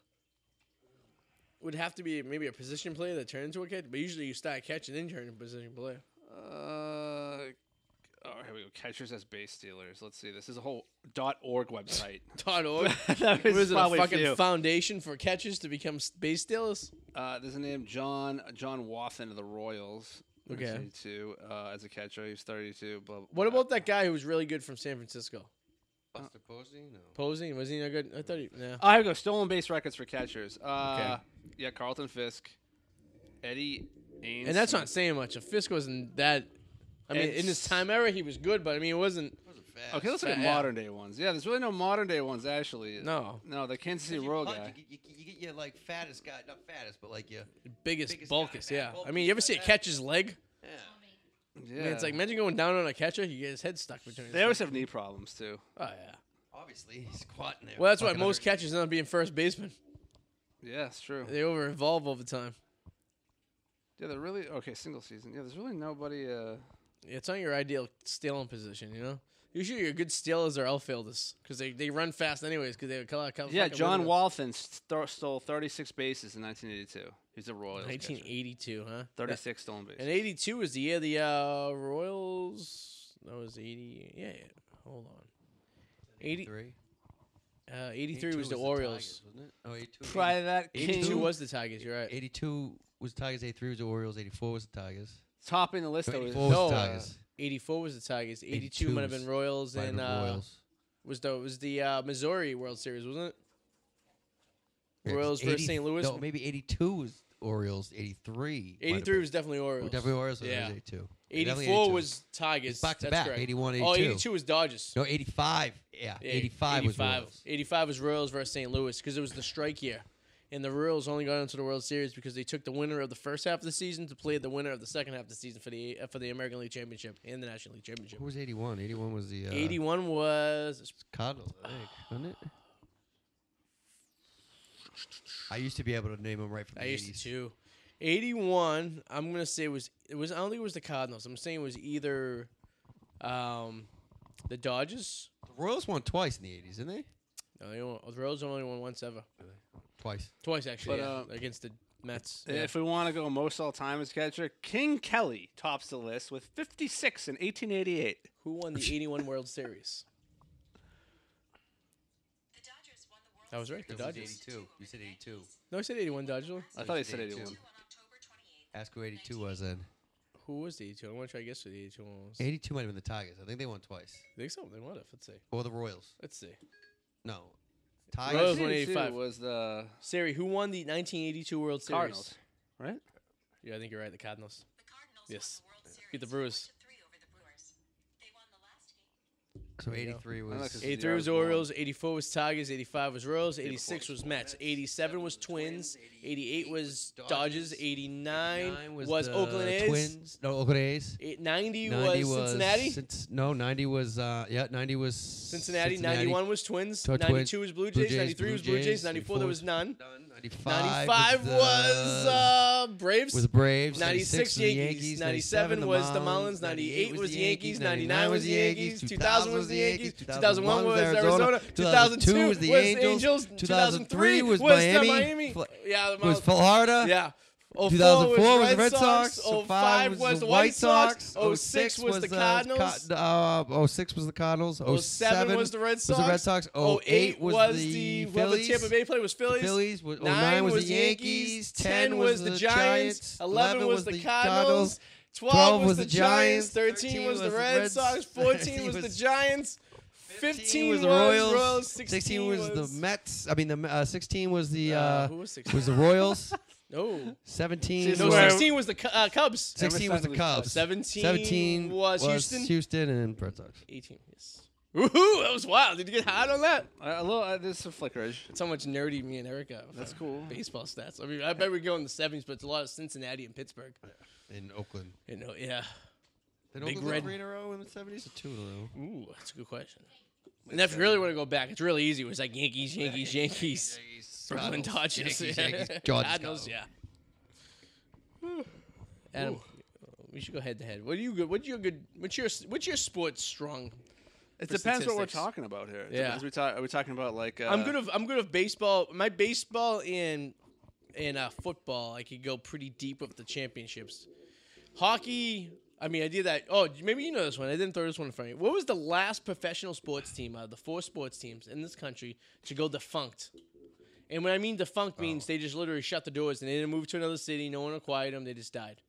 A: Would have to be maybe a position player that turned into a catcher, but usually you start catching then turn into a position player.
C: Uh, oh, here we go. Catchers as base stealers. Let's see. This is a whole dot org website.
A: Todd *laughs* Org.
C: *laughs* that
A: What is it, a
C: probably
A: fucking
C: few.
A: foundation for catchers to become s- base stealers?
C: Uh, there's a name John John Wathen of the Royals. who's
A: Okay.
C: 32, uh, as a catcher, he's 32. Blah, blah,
A: What
C: blah.
A: about that guy who was really good from San Francisco?
B: Buster Posey? No.
A: Posey? Was he no good? I thought he, nah.
C: Oh, here we go. Stolen base records for catchers. Uh, Yeah, Carlton Fisk, Eddie Ainsley.
A: And that's not saying much. If Fisk wasn't that. I mean, in his
C: It's-
A: time era, he was good, but I mean, it wasn't.
B: Wasn't fast.
C: Okay, let's look at
A: Yeah.
C: modern day ones. Yeah, there's really no modern day ones, actually.
A: No.
C: No, the Kansas City
B: You,
C: Royal
B: punch,
C: guy.
B: you, get- you, you get your like fattest guy, not fattest, but like your
A: Biggest,
B: Biggest guy,
A: bulkest,
B: man.
A: yeah. I
B: Bulkiest
A: mean, you ever
B: guy,
A: see a
B: man.
A: catcher's leg?
B: yeah.
D: Oh,
C: Yeah.
A: I mean, it's like imagine going down on a catcher, you get his head stuck between. his
C: they always
A: legs.
C: have *laughs* knee problems, too.
A: Oh yeah.
B: Obviously, he's squatting there.
A: Well, that's why
B: Fucking
A: most
B: under-
A: catchers end up being first baseman.
C: Yeah, it's true.
A: They over evolve over time.
C: Yeah, they're really. Okay, single season. Yeah, there's really nobody. Uh,
A: It's not your ideal stealing position, you know. Usually, your good stealers are outfielders because they, they run fast anyways because they have color.
C: yeah, John Walton st- stole 36 bases in 1982. He's a Royals. catcher.
A: 1982, huh?
C: 36 stolen bases.
A: And 82 was the year the uh, Royals. That was 80. Yeah, yeah. Hold on. 80,
B: Three.
A: uh, 83 was
B: 82
A: the Orioals.
B: Tigers, wasn't it? Oh, 82.
C: Prior to that,
A: 82
C: King-
A: was the Tigers. You're right.
B: 82 was Tigers, 83 was the Orioles, 84 was the Tigers.
C: topping the list. though,
B: 84
C: is-
B: was
A: No,
B: the Tigers.
A: 84 was the Tigers. 82,
B: 82
A: might have
B: was
A: been Royals
B: Might have
A: and
B: been
A: uh,
B: Royals.
A: was the was the uh, Missouri World Series, wasn't it?
B: Yeah, 'cause
A: Royals versus
B: 80
A: St. Louis.
B: No, maybe 82 was Orioles, 83. might have
A: 83
B: been.
A: was definitely Orioles.
B: Definitely Orioles, yeah.
A: Yeah.
B: 82. Definitely
A: 84
B: 82.
A: was Tigers.
B: It's back to
A: That's
B: back,
A: correct.
B: 81,
A: Oh,
B: 82.
A: 82 was Dodgers.
B: No, 85. Yeah,
A: Yeah,
B: 85, was Royals.
A: 85 was Royals versus St. Louis because it was the strike year. And the Royals only got into the World Series because they took the winner of the first half of the season to play the winner of the second half of the season for the for the American League Championship and the National League Championship.
B: Who was 81? 81 was the uh,
A: 81 was
B: Cardinals, I think, wasn't it? I used to be able to name them right from the
A: I
B: 80s.
A: used to too. 81, I'm going to say was it was I don't think it was the Cardinals. I'm saying it was either um the Dodgers.
B: The Royals won twice in the 80s, didn't they?
A: No, they won, the Royals only won once ever.
B: Twice.
A: Twice actually
C: But,
A: yeah,
C: uh,
A: against the Mets. Yeah.
C: If we want to go most all time as catcher, King Kelly tops the list with 56 in 1888.
A: Who won the 81 World Series?
E: The Dodgers won the World
A: I was right. The
B: That was
A: Dodgers.
B: 82. You said 82.
A: No, I said 81 Dodgers.
C: I thought he said 81.
E: on October 28th.
B: Ask who 82 was then.
A: Who was the 82? I want to try to guess who the 82 was.
B: 82 might have been the Tigers. I think they won twice.
A: think so. They won it. Let's see.
B: Or the Royals.
A: Let's see.
B: No.
A: Royals
B: Tigers.
A: Rose- won 85.
C: was the
A: Siri, who won the 1982 World Series?
C: Cardinals, right?
A: Yeah, I think you're right. The Cardinals.
E: The Cardinals
A: Yes.
E: won the World Series.
A: Beat the Brewers.
E: one to three over the Brewers. They won the last game.
B: So
A: There you go.
B: 83
C: Unless
B: was.
C: it's-
A: 83
C: I
A: was
C: was born.
A: Orioles, 84 was Tigers, 85 was Royals,
C: before
A: 86
C: I was
A: was
C: born.
A: Mets, 87 was Twins, 88 was Dodgers, 89
B: Nine
A: was
B: the
A: Oakland A's,
B: Twins. No, Oakland A's.
A: eight- 90
B: 90
A: was Cincinnati,
B: Cinc- no, 90 was. Uh, yeah, 90 was. Cincinnati,
A: Cincinnati, 91 was Twins,
B: So Twins,
A: 92 was Blue
B: Blue
A: Jays,
B: Jays,
A: 93
B: Blue
A: was Blue Jays,
B: Jays,
A: 94 there
B: 94
A: was none,
B: 95,
A: 95
B: was,
A: was
B: the-
A: uh, Braves,
B: was the Braves.
A: 96
B: was the
A: Yankees, 97 was the Marlins, 98 was the Yankees, 99 was the Yankees, 2000 was the Yankees, 2001 was Arizona, 2002 was the Angels, 2003 was Miami.
B: Fl-
A: Yeah, the
B: was
A: Marlins.
B: Florida.
A: Yeah. Oh,
B: 2004 was the Red Sox.
A: 05 Oh, was the White Sox. 06 was the
B: uh,
A: Cardinals.
B: Cod- uh, 06 was the Cardinals.
A: 07 was the Red Sox. Oh,
B: Red Sox. 08 was the
A: whoever
B: Phillies.
A: Tampa Bay played was Phillies.
B: Phillies. oh, was-
A: 9 Oh, was, the Yankees, 10 was the Giants, 11 was the Cardinals, 12 was the Giants, 13 was the Red *laughs* Sox, 14 was the Giants, 15 was the Royals, 16 was
B: the Mets. I mean, the uh, 16 was the
A: Uh,
B: uh,
A: who was 16?
B: was the Royals.
A: No.
B: 17
A: No,
B: was,
C: where-
A: 16 was the Cu- uh, Cubs.
B: 16 was the Cubs.
A: 17
B: 17
A: was
B: was,
A: Houston.
B: Houston and Red Sox.
A: 18, yes. Woohoo! That was wild. Did you get hot on that?
C: A little. Uh, there's some flickerage.
A: That's how much nerdy me and Eric got. for
C: That's cool.
A: Baseball stats. I mean, I bet we go in the 70s, but it's a lot of Cincinnati and Pittsburgh.
B: In Oakland.
A: You know, yeah.
B: Did
A: Big
B: Oakland win
A: red-
B: three in a row in the 70s or two in a row?
A: Ooh, that's a good question. And if you really want to go back, it's really easy. It was like Yankees, Yankees,
B: *laughs*
A: Yankees. Brooklyn
B: Cardinals,
A: Dodgers. *laughs*
B: Yankees,
A: yeah.
B: Yankees, Dodgers,
A: Cardinals, yeah. Adam, we should go head to head. What are you good? What's your good? What's your what's your sports strong?
C: It
A: for
C: depends what we're
A: statistics.
C: talking about here. It
A: Yeah.
C: depends. We talk, are we talking about like? Uh,
A: I'm good of I'm good of baseball. My baseball and and uh, football, I could go pretty deep with the championships. Hockey, I mean, I did that. Oh, maybe you know this one. I didn't throw this one in front of you. What was the last professional sports team out of the four sports teams in this country to go defunct? And when I mean
C: Oh.
A: defunct means they just literally shut the doors and they didn't move to another city. No one acquired them. They just died.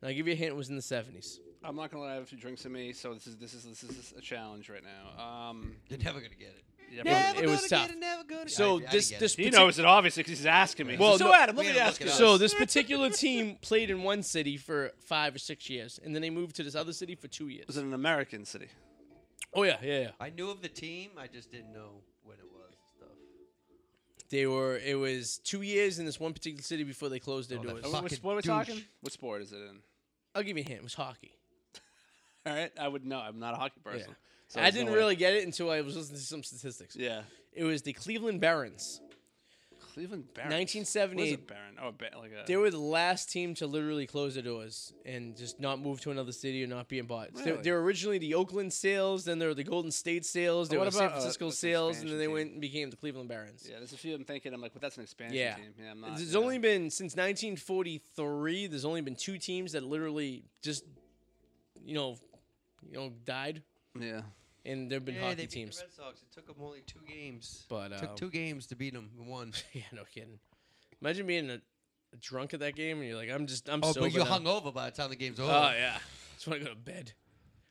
A: And I'll give you a hint. It was in the 70s.
C: I'm not gonna lie. I have a few drinks in me, so this is this is this is a challenge right now. Um,
B: You're never going to get it.
C: yeah,
A: Never
C: probably-
A: it was tough. So this this
C: he
A: partic-
C: knows it obviously because he's asking me.
A: Well,
C: so
A: no-
C: Adam, let
B: we
C: me
B: gotta
C: ask
B: look it
C: you.
B: up.
A: So this particular *laughs* team played in one city for five or six years, and then they moved to this other city for two years.
C: was it an American city?
A: Oh yeah, yeah, yeah.
B: I knew of the team, I just didn't know what it was.
A: They were. It was two years in this one particular city before they closed their
B: Oh,
A: doors.
B: that's
C: What,
B: Fucking
C: what are we
B: douche.
C: talking? What sport is it in?
A: I'll give you a hint. It was hockey.
C: All right, I would know. I'm not a hockey person.
A: Yeah.
C: so
A: I
C: there's no
A: didn't
C: way.
A: really get it until I was listening to some statistics.
C: Yeah,
A: It was the Cleveland Barons.
C: Cleveland Barons.
A: 1978.
C: What is a Baron? Oh, a ba- like a.
A: They were the last team to literally close their doors and just not move to another city or not be in bought. So They,
C: Really?
A: they were originally the Oakland Sales, then they were the Golden State Sales, they
C: what
A: were the San
C: about, uh,
A: Francisco
C: what's the
A: Sales, and
C: expansion
A: then they
C: team?
A: went and became the Cleveland Barons.
C: yeah, there's a few I'm thinking. I'm like, well, that's an expansion
A: Yeah.
C: team. Yeah, I'm not.
A: There's
C: yeah.
A: only been since 1943. There's only been two teams that literally just, you know, you know, died,
C: Yeah.
A: and there've been
B: they
A: hockey
B: beat
A: teams.
B: The Red Sox. It took them only two games.
A: But
B: took
A: um,
B: two games to beat them.
A: *laughs*
B: One.
A: yeah, no kidding. Imagine being a, drunk at that game and you're like, I'm just, I'm
B: Oh,
A: sober.
B: but you
A: now.
B: hung over by the time the game's over.
C: Uh,
A: Oh yeah, just want to go to bed.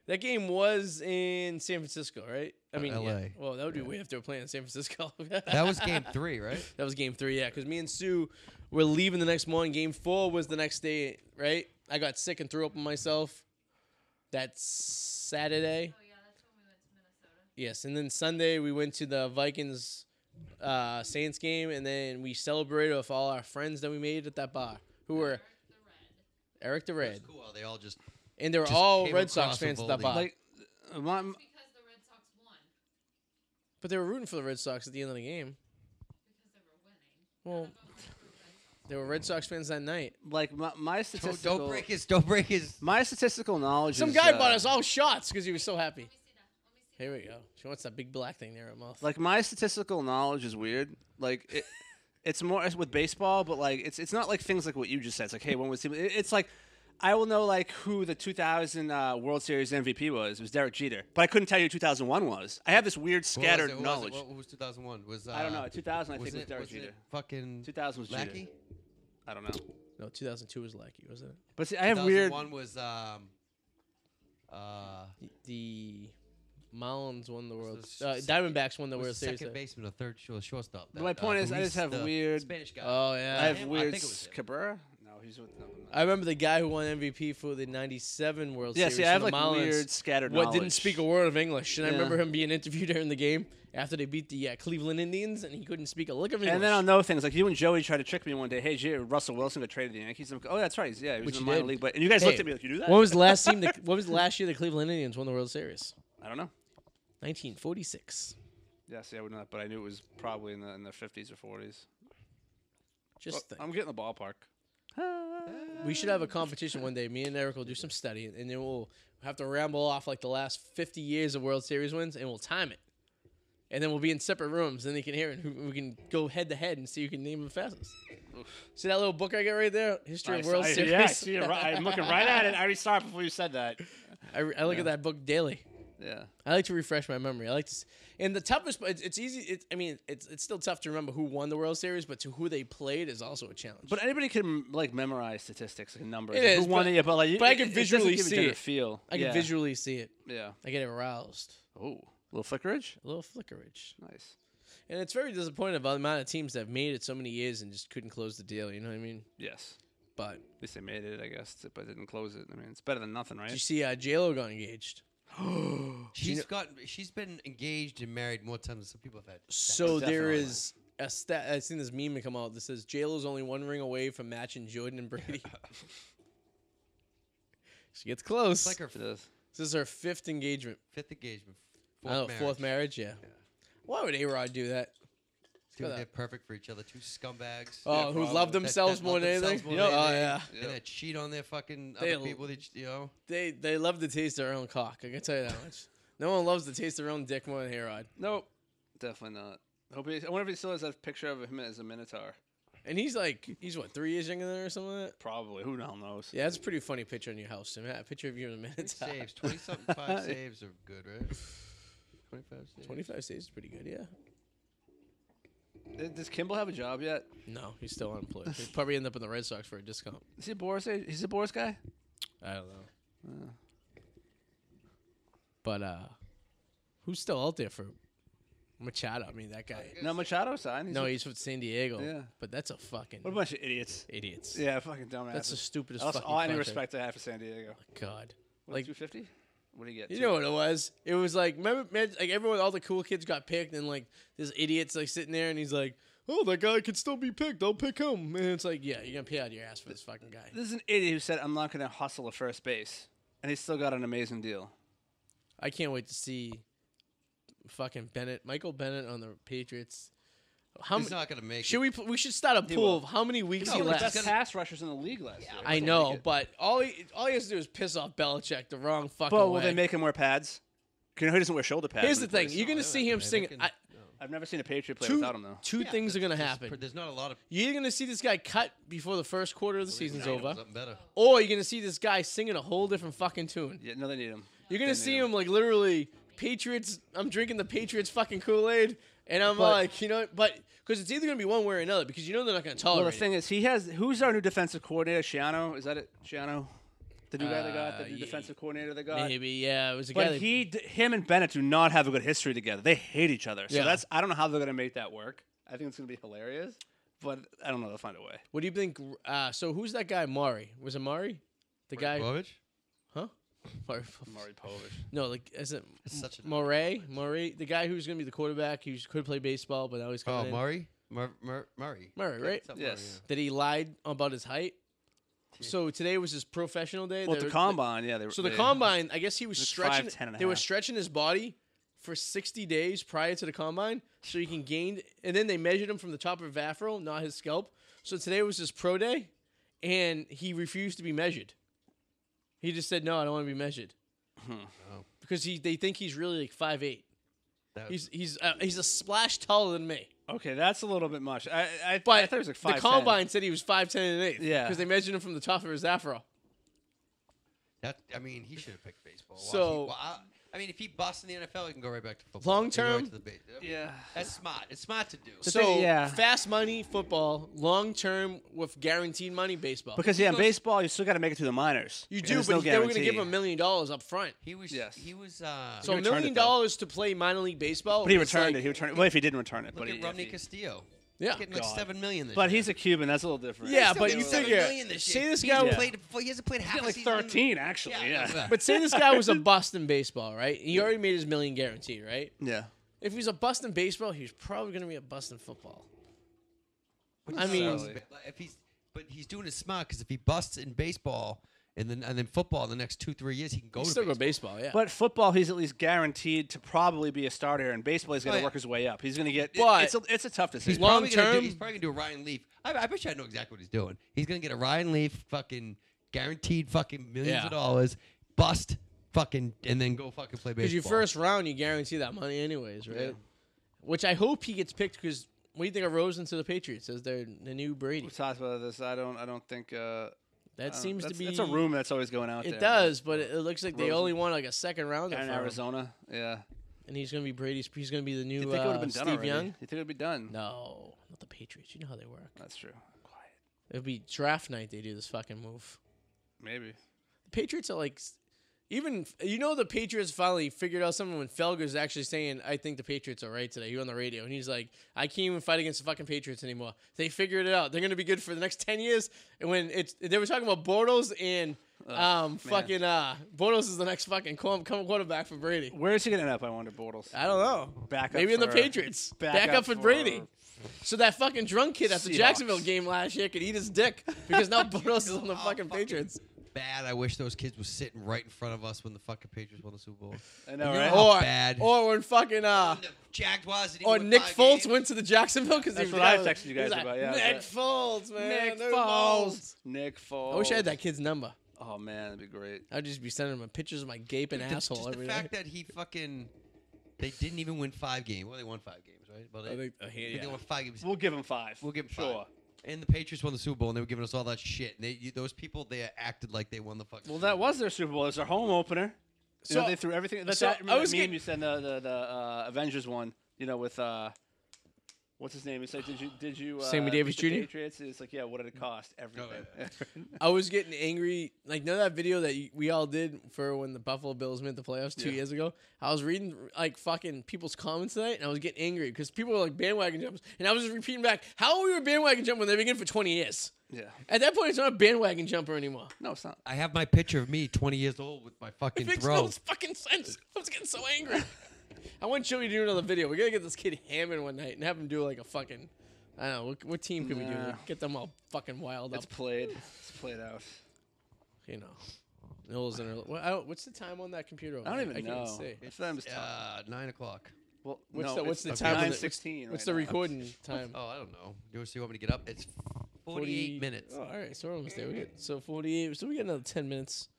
A: That game was in San Francisco, right? I
B: Uh,
A: mean, yeah.
B: LA.
A: Well, that would be way after we playing in San Francisco. *laughs*
B: That was game three, *laughs* right?
A: That was game three, yeah. Because me and Sue were leaving the next morning. Game four was the next day, right? I got sick and threw up on myself. That Saturday,
D: Oh, yeah, that's when we went to Minnesota.
A: yes, and then Sunday we went to the Vikings uh, Saints game, and then we celebrated with all our friends that we made at that bar, who were
D: Eric the Red.
A: Eric the Red,
B: That's cool. how They all just
A: and they were
B: Just
A: all
B: came
A: Red Sox
B: across
A: fans at
B: with
A: that
B: all
A: bar.
C: Like, uh, my,
D: It's because the Red Sox won.
A: but they were rooting for the Red Sox at the end of the game.
D: Because they were winning.
A: Well, they were Red Sox fans that night.
C: like my,
B: *laughs*
C: my
B: don't,
C: statistical.
B: don't break his. Don't break his.
C: My statistical knowledge.
A: Some
C: is,
A: guy
C: uh,
A: bought us all shots because he was so happy.
D: Let me see that. Let me see
A: Here we go. She wants that big black thing there her mouth.
C: Like my statistical knowledge is weird. Like
B: *laughs*
C: it, it's more as with baseball, but like it's it's not like things like what you just said. It's like hey, when was team? it- It's like I will know like who the 2000 uh, World Series MVP was. It was Derek Jeter, but I couldn't tell you who 2001 was. I have this weird
B: What was it?
C: scattered
B: What was it?
C: knowledge.
B: What, what was 2001? Was uh,
C: I don't know. 2000 I
B: was
C: think was
B: it,
C: Derek
B: was it
C: Jeter.
B: fucking
C: 2000 was Jeter.
B: Lackey?
C: I don't know.
A: No, 2002 was Lackey, wasn't it?
C: But see, I have weird.
B: One was um, uh,
A: The Marlins won the World.
B: the
A: Uh,
B: s-
A: Diamondbacks won the
B: was
A: World
B: the
A: Series.
B: second
A: that-
B: baseman, the third short, shortstop.
C: My point is, I
B: Luis,
C: just have
B: the
C: weird-
B: Spanish guy.
A: Oh yeah.
C: I have
B: I
C: weird.
B: think it was uh, him.
C: Cabrera? No, he's with. No, no.
A: I remember the guy who won MVP for the '97 World
C: yeah,
A: Series.
C: see, I have
A: for
C: like
A: the Marlins,
C: weird scattered.
A: What didn't speak a word of English, and I
C: Yeah.
A: remember him being interviewed during the game after they beat the uh, Cleveland Indians, and he couldn't speak a lick of English.
C: And then I'll know things like you and Joey tried to trick me one day. Hey, did you hear Russell Wilson got traded to the Yankees. I'm like, oh, that's right. he's- Yeah, he was
A: Which
C: in
A: he
C: the minor
A: did.
C: league. But and you guys
A: Hey,
C: looked at me like you do that.
A: When was the last team?
C: *laughs*
A: That, when was the last year the Cleveland Indians won the World Series?
C: I don't know.
A: 1946.
C: Yeah, see, I would not. But I knew it was probably in the in the 50s or 40s.
A: Just
C: Well,
A: think.
C: I'm getting the ballpark.
A: we should have a competition one day. Me and Eric will do some study, and then we'll have to ramble off like the last 50 years of World Series wins, and we'll time it. And then we'll be in separate rooms, and they can hear it. and who- We can go head to head and see who can name the fastest. See that little book I got right there, History of World Series.
C: Yeah, I see it. Right, I'm looking right at it. I already saw it before you said that.
A: I, re- I look at that book daily.
C: Yeah.
A: I like to refresh my memory. I like to, s- and the toughest. It's, it's easy. It's, I mean, it's it's still tough to remember who won the World Series, but to who they played is also a challenge.
C: But anybody can like memorize statistics and numbers.
A: It
C: and who
A: is,
C: won
A: but-
C: it, but like,
A: but I
C: it-
A: can
C: it doesn't
A: visually
C: give you
A: see
C: a good
A: it.
C: Feel.
A: I can
C: yeah.
A: visually see it.
C: Yeah.
A: I get aroused.
C: Oh, little flickerage.
A: A little flickerage.
C: Nice.
A: And it's very disappointing about the amount of teams that have made it so many years and just couldn't close the deal. You know what I mean?
C: Yes.
A: But
C: At least they made it, I guess, t- but didn't close it. I mean, it's better than nothing,
A: did
C: right?
A: you
C: *gasps*
A: see uh, JLo got engaged?
B: She's gotten. She's been engaged and married more times than some people have had.
A: So there
C: Definitely.
A: is a stat. I've seen this meme come out that says JLo's only one ring away from matching Jordan and
B: *laughs*
A: Brady. *laughs* she gets close.
B: It's like her
C: It is.
A: this is her fifth engagement.
B: fifth engagement. Fourth
A: Oh,
B: marriage.
A: fourth marriage. Yeah. Why would A Rod do that?
B: Dude,
A: Look at
B: they're perfect for each other. Two scumbags.
A: Oh, who love
B: That-
A: themselves
B: that
A: more
B: love
A: than
B: themselves
A: anything. You
B: more
A: know? *laughs*
B: than
A: Oh yeah.
B: anything. And that cheat on their fucking
A: They
B: other
A: l-
B: people. They, ch-
A: *laughs*
B: you know.
A: They they love to taste their own cock. I can tell you that much. No one loves to taste their own dick more than Herod.
C: Nope. Definitely not. Hope he, I wonder if he still has that picture of him as a minotaur.
A: And he's like, he's what three years younger than her or something. Like that?
C: Probably. Who the hell knows?
A: Yeah, that's a pretty funny picture in your house, Tim. A picture of you in a minute. *laughs*
B: Saves twenty something five saves are good, right? Twenty five saves.
A: Twenty-five saves is pretty good. Yeah.
C: Uh, Does Kimball have a job yet?
A: No, he's still unemployed. He'd probably end up in the Red Sox for a discount.
C: Is he a Boris? ag- He's a Boris guy.
A: I don't know. But uh, who's still out there for Machado? I mean, that guy.
C: No, Machado signed. He's
A: No,
C: a-
A: he's with San Diego.
C: Yeah.
A: But that's a fucking
C: What a bunch of idiots.
A: idiots.
C: Yeah, fucking dumbass.
A: That's the stupidest
C: That's
A: fucking
C: all any
A: contract.
C: respect I have for San Diego.
A: God.
C: Like
A: Like
C: two fifty? What do you get?
A: You know what it was? It was like remember, man, like everyone, all the cool kids got picked, and like this idiot's like sitting there, and he's like, "Oh, that guy could still be picked. I'll pick him." And it's like, yeah, you're gonna pay out your ass for this fucking guy.
C: This is an idiot who said I'm not going to hustle a first base, and he still got an amazing deal.
A: I can't wait to see fucking Bennett, Michael Bennett on the Patriots. How
B: He's
A: ma-
B: not gonna make.
A: should we? pl- We should start a pool
C: will.
A: of how many weeks
B: No,
A: he
B: but
A: left.
B: that's gonna-
C: pass rushers in the league last year.
A: I know, but all he all he has to do is piss off Belichick the wrong fucking
C: But will
A: way.
C: they make him wear pads? You know, he doesn't wear shoulder pads.
A: Here's the
C: when he
A: thing:
C: plays.
A: you're gonna see him sing. I,
C: I've never seen a Patriot play
A: two
C: without him though.
A: two things are gonna happen.
B: There's not a lot of.
A: You're gonna see this guy cut before the first quarter of the season's over,
B: Something better.
A: or you're gonna see this guy singing a whole different fucking tune.
C: Yeah, no, they need him.
A: You're gonna
C: They need
A: see him like literally Patriots. I'm drinking the Patriots fucking Kool Aid, and I'm like, you know, but because it's either gonna be one way or another, because you know they're not gonna tolerate.
C: Well, the thing is, he has who's our new defensive coordinator? Shiano, is that it? Shiano, the new guy they got, the
A: Uh,
C: new
A: ye-
C: defensive coordinator they
A: it.
C: got.
A: maybe yeah, it was a guy.
C: But
A: that-
C: he, d- him, and Bennett do not have a good history together. They hate each other. So
A: Yeah.
C: that's I don't know how they're gonna make that work. I think it's gonna be hilarious, but I don't know. They'll find a way.
A: what do you think? Uh, so who's that guy? Mari was it Mari? The guy,
B: Bobovich?
A: huh? *laughs* Mari.
C: Mari Povich.
A: No, like is it
B: such a-
A: Murray? Murray, the guy who's gonna be the quarterback, who could play baseball, but now he's
B: Oh,
A: coming in.
B: Murray. Mur- Mur- Murray.
A: Murray, right?
B: Something like that,
C: Yes.
A: that he lied about his height. So today was his professional day.
C: Hmm. Well,
A: They
C: the
A: were-
C: combine, yeah. They,
A: So the
C: they-
A: combine, I guess he was
C: It's
A: stretching.
C: 5'10" and a
A: they were
C: half.
A: stretching his body for 60 days prior to the combine, so he can gain. And then they measured him from the top of his afro, not his scalp. So today was his pro day, and he refused to be measured. He just said, "No, I don't want to be measured,"
C: Hmm.
B: Oh.
A: because he they think he's really like five eight.
B: yeah. That-
A: He's he's uh, he's a splash taller than me.
C: Okay, that's a little bit much. I, I,
A: But
C: I thought it was like five.
A: the combine said he was five ten and eight.
C: Yeah.
A: because they measured him from the top of his afro.
B: That I mean, he should have picked baseball. Why-
A: So-
B: why- I, mean, if he busts in the NFL, he can go right back to football.
A: Long
B: He can go right
A: term?
B: to the base.
C: Yeah.
B: that's smart. It's smart to do.
C: The
A: so
C: thing- yeah.
A: fast money football, long term with guaranteed money baseball.
C: Because yeah, in
B: Because-
C: baseball you still got to make it to the minors.
A: you
C: and
A: do,
C: there's
A: but
C: no
A: they were going to give
C: guarantee.
A: him a million dollars up front.
B: He was.
C: Yes.
B: He was. Uh,
A: So a
C: returned it,
A: million
C: though.
A: dollars to play minor league baseball.
C: But he
A: it's
C: returned
A: like-
C: it. He returned it. Well, if he didn't return it,
B: look
C: but
B: at
C: he,
B: Romney
C: if he-
B: Castillo.
A: Yeah.
B: getting like
C: God.
B: seven million this
C: but
B: year.
C: he's a Cuban. That's a little different.
A: Yeah,
B: He's
A: but you
B: still getting seven
A: figure-
B: million this
A: say
B: year.
A: this
B: He
A: guy
B: hasn't
A: was-
B: played. He hasn't played half
C: He's
B: a
C: like
B: season.
C: thirteen actually. Yeah.
A: *laughs*
C: Yeah.
A: But say this guy
C: *laughs*
A: was a bust in baseball, right? He already made his million guaranteed, right? If he's a bust in baseball, he's probably going to be a bust in football. I mean-
B: But if he's but he's doing it smart because if he busts in baseball and then and then football in the next two three years, he can go
A: He
B: to
A: still go
B: baseball.
A: baseball, yeah.
C: But football, he's at least guaranteed to probably be a starter. And baseball, he's got to
B: Oh, yeah.
C: work his way up. He's going to get.
A: But-
C: it's a, it's a tough
B: He's
C: decision.
A: Long
B: probably gonna do,
A: term-
B: he's probably gonna do a Ryan Leaf. I, I bet you I know exactly what he's doing. He's gonna get a Ryan Leaf fucking guaranteed fucking millions
A: Yeah.
B: of dollars, bust fucking, and then go fucking play
A: Because
B: baseball.
A: your first round, you guarantee that money anyways, right?
C: Yeah.
A: Which I hope he gets picked because what do you think of Rosen to the Patriots as their the new Brady?
C: We've talked about this. I don't. I don't think. Uh,
A: That seems to be
C: It's a rumor that's always going out.
A: It
C: there.
A: down. does, but it, it looks like they
C: Rosen.
A: only want like a second round
C: Down in
A: Arizona.
C: Arizona. Yeah.
A: and he's gonna be Brady's. He's gonna be the new
C: You think it would
A: uh,
C: have been done
A: Steve
C: already?
A: Young.
C: You think it would be done?
A: No, not the Patriots. You know how they work.
C: That's true. Quiet.
A: It'd be draft night. They do this fucking move.
C: Maybe.
A: The Patriots are like, s- even you know the Patriots finally figured out something when Felger's actually saying, "I think the Patriots are right today." He on the radio, and he's like, "I can't even fight against the fucking Patriots anymore. They figured it out. They're gonna be good for the next ten years." And when it's they were talking about Bortles and um fucking uh Bortles is the next fucking qu- come quarterback for Brady.
C: Where is he going to end up? I wonder. Bortles.
A: I don't know.
C: Back up
A: Uh, Maybe in the
C: for-
A: Patriots. Back,
C: back
A: up,
C: up
A: for
C: for-
A: Brady. So that fucking drunk kid at the
C: Seahawks.
A: Jacksonville game last year could eat his dick because *laughs* now Bortles is on the
B: How
A: fucking
B: fucking
A: Patriots.
B: Bad. I wish those kids were sitting right in front of us when the fucking Patriots won the Super Bowl.
C: I know,
B: You
C: right?
B: know-
A: Or
B: bad.
A: or when fucking uh
B: And the Jaguars. didn't
A: or
B: win
A: Nick
B: five
A: Foles
B: games.
A: went to the Jacksonville because
C: That's
A: was
C: what I
A: like-
C: texted you
A: he
C: guys
A: was like,
C: about, yeah,
A: Nick
C: that-
A: Foles, man.
C: Nick
A: Nick
C: Foles. Nick Foles.
A: I wish I had that kid's number.
C: Oh man, that'd be great.
A: I'd just be sending him pictures of my gaping
B: The-
A: asshole
B: Just
A: every
B: the
A: day.
B: fact that he fucking, they didn't even win five games. Well, they won five games, right? But
A: I
B: they,
A: think- uh, I hear
B: I think they
A: ya.
B: won five games.
C: We'll give him five.
B: We'll give 'em
C: sure.
B: five. And the Patriots won the Super Bowl, and they were giving us all that shit. And they, you, those people, they acted like they won the fucking.
C: Well,
B: Super
C: that
B: Bowl.
C: was their Super Bowl. It was their home opener. You know,
A: So-
C: they threw everything. That's
A: so
C: that,
A: I
C: remember that
A: was
C: meme
A: getting-
C: you said the the, the uh, Avengers one. You know, with uh, what's his name? He said, "Did you did you uh,
A: Sammy Davis
C: beat the
A: Jr.?
C: Patriots?" It's like, yeah. What did it cost?
A: Oh,
C: Everything.
A: *laughs* I was getting angry. Like, know that video that you- we all did for when the Buffalo Bills made the playoffs two
C: Yeah.
A: years ago? I was reading, like, fucking people's comments tonight, and I was getting angry because people were like bandwagon jumps. And I was just repeating back, how are we a bandwagon jump when they've been in for 20 years?
C: yeah.
A: At that point, it's not a bandwagon jumper anymore.
C: No, it's not.
A: Um,
B: I have my picture of me, 20 years old,
C: *laughs*
B: with my
A: It
B: fucking
A: makes
B: throw.
A: no fucking sense. I was getting so angry. *laughs* I want Joey to do another video. We're going to get this kid hammered one night and have him do, like, a fucking. I don't know. What, what team could we do?
C: Nah.
A: Get them all fucking wild up.
C: It's played. It's played out.
A: you know. Noel's in her. What, I don't- what's the time on that computer? over
C: I don't
A: there?
C: even
A: I
C: know.
A: Can't see.
C: It's them. It's tough.
B: Uh, nine o'clock.
C: Well,
A: What's
C: no,
A: the what's the
C: it's
A: time? of the-
C: Nine
A: what's-
C: sixteen.
A: What's
C: right
A: the
C: now.
A: recording time?
B: Oh, I don't know. You want to see? You want me to get up? It's 48 minutes.
A: Oh, all right, so we're almost there. We get so forty-eight. So we got another ten minutes.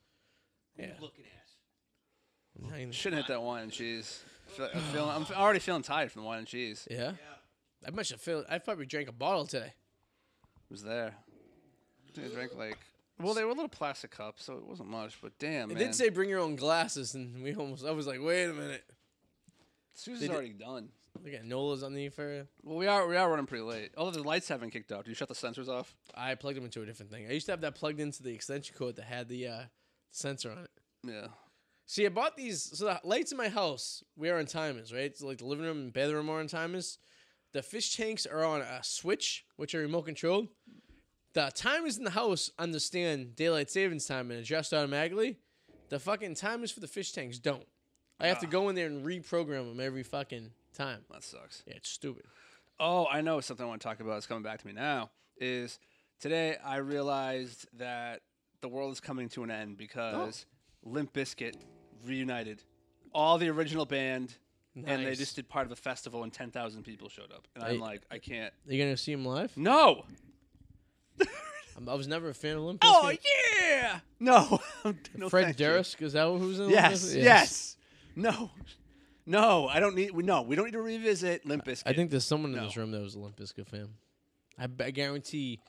A: Yeah.
B: Looking at.
A: Nine.
C: Shouldn't hit that wine and cheese. I feel- I'm, feeling, I'm already feeling tired from the wine and cheese. It
A: Yeah. I must have filled. I probably drank a bottle today.
C: was there. I drank like. Well, they were little plastic cups, so it wasn't much. But damn,
A: It
C: Oh, man.
A: did say bring your own glasses, and we almost. I was like, wait a minute.
C: Susie's
A: They did-
C: already done.
A: Look at Nola's on the for.
C: Well, we are we are running pretty late. Although the lights haven't kicked off. Do you shut the sensors off?
A: I plugged them into a different thing. I used to have that plugged into the extension cord that had the uh, sensor on it.
C: Yeah.
A: See, I bought these. So the lights in my house, we are on timers, right? So like the living room and bedroom are on timers. The fish tanks are on a switch, which are remote controlled. The timers in the house understand daylight savings time and adjust automatically. The fucking timers for the fish tanks don't. I have to go in there and reprogram them every fucking time.
C: That sucks.
A: Yeah, it's stupid.
C: Oh, I know something I want to talk about. It's coming back to me now. Is today I realized that the world is coming to an end because Limp Bizkit reunited, all the original band, and they
A: Nice.
C: just did part of a festival and ten thousand people showed up. And I'm
A: I-
C: like, I can't.
A: Are you gonna see him live?
C: No.
A: I'm, I was never a fan of Limp
C: Oh
A: Bizkit.
C: yeah. No. *laughs* No,
A: Fred
C: thank you.
A: Durst is that who's in? Limp
C: Yes, yes.
A: Bizkit?
C: No. No, I don't need. No, we don't need to revisit Limp Bizkit.
A: I think there's someone in
C: No.
A: this room that was a Limp Bizkit fan. I, b- I guarantee.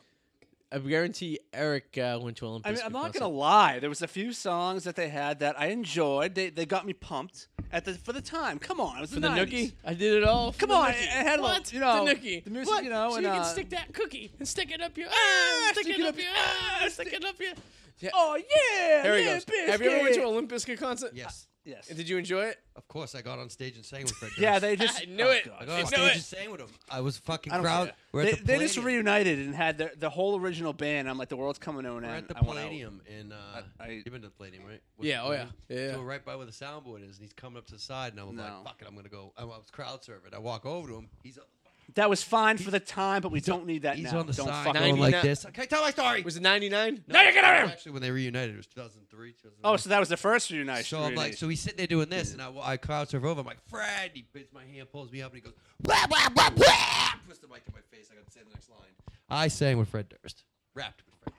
A: I guarantee Eric uh, went to Olympus.
C: I mean, I'm not
A: because
C: gonna
A: of-
C: lie. There was a few songs that they had that I enjoyed. They, they got me pumped at the for the time. Come on, it was
A: For the
C: 90s.
A: nookie, I did it all. For
C: Come
A: the
C: on,
A: nookie.
C: it- it had a little-
A: what?
C: you know,
A: the nookie.
C: the music,
A: What?
C: you know,
A: so
C: and,
A: you can
C: uh,
A: stick that cookie and stick it up your,
C: Ah,
A: ah, stick, it up your, ah, stick it up
C: *laughs*
A: your. Yeah.
C: Oh yeah,
A: There he
C: yeah,
A: goes. Have you ever went to
C: biscuit.
A: an Olympus concert?
B: Yes,
C: Yes.
A: And did you enjoy it?
B: of course. I got on stage and sang with Fred.
C: *laughs* Yeah,
B: Durst.
C: they just
A: I knew
C: oh,
A: it.
B: I
C: God.
B: got on
A: You know
B: stage
A: it.
B: and sang with him. I was fucking
C: I don't
B: crowd.
C: care.
B: We're at
C: They,
B: the
C: they just
B: Palladium.
C: reunited and had the, the whole original band. I'm like, the world's coming to an
B: We're
C: end.
B: at the
C: I want out.
B: Palladium, and uh,
C: I- I-
B: you've been to the Palladium, right?
A: Yeah, oh, yeah.
B: Palladium?
A: Yeah, yeah.
B: So we're right by where the soundboard is, and he's coming up to the side, and I'm
C: No.
B: like, "Fuck it, I'm gonna go." I was crowd surfing. I walk over to him. He's up.
C: That was fine for the time, but we don't need that
B: he's
C: now.
B: on the
C: don't
B: side,
C: fuck
A: fucking-
B: going like
A: 99
B: this. Okay, tell my story.
A: Was it 99?
B: No, it was Actually, when they reunited, it was 2003. 2004.
C: Oh, so that was the first reunited.
B: So I'm like, so he's sitting there doing this, and I, I crowd surf over. I'm like, Fred. He bites my hand, pulls me up, and he goes, blah, blah, blah, blah. Puts the mic in my face. I got to say the next line. I sang with Fred Durst. Rapped with Fred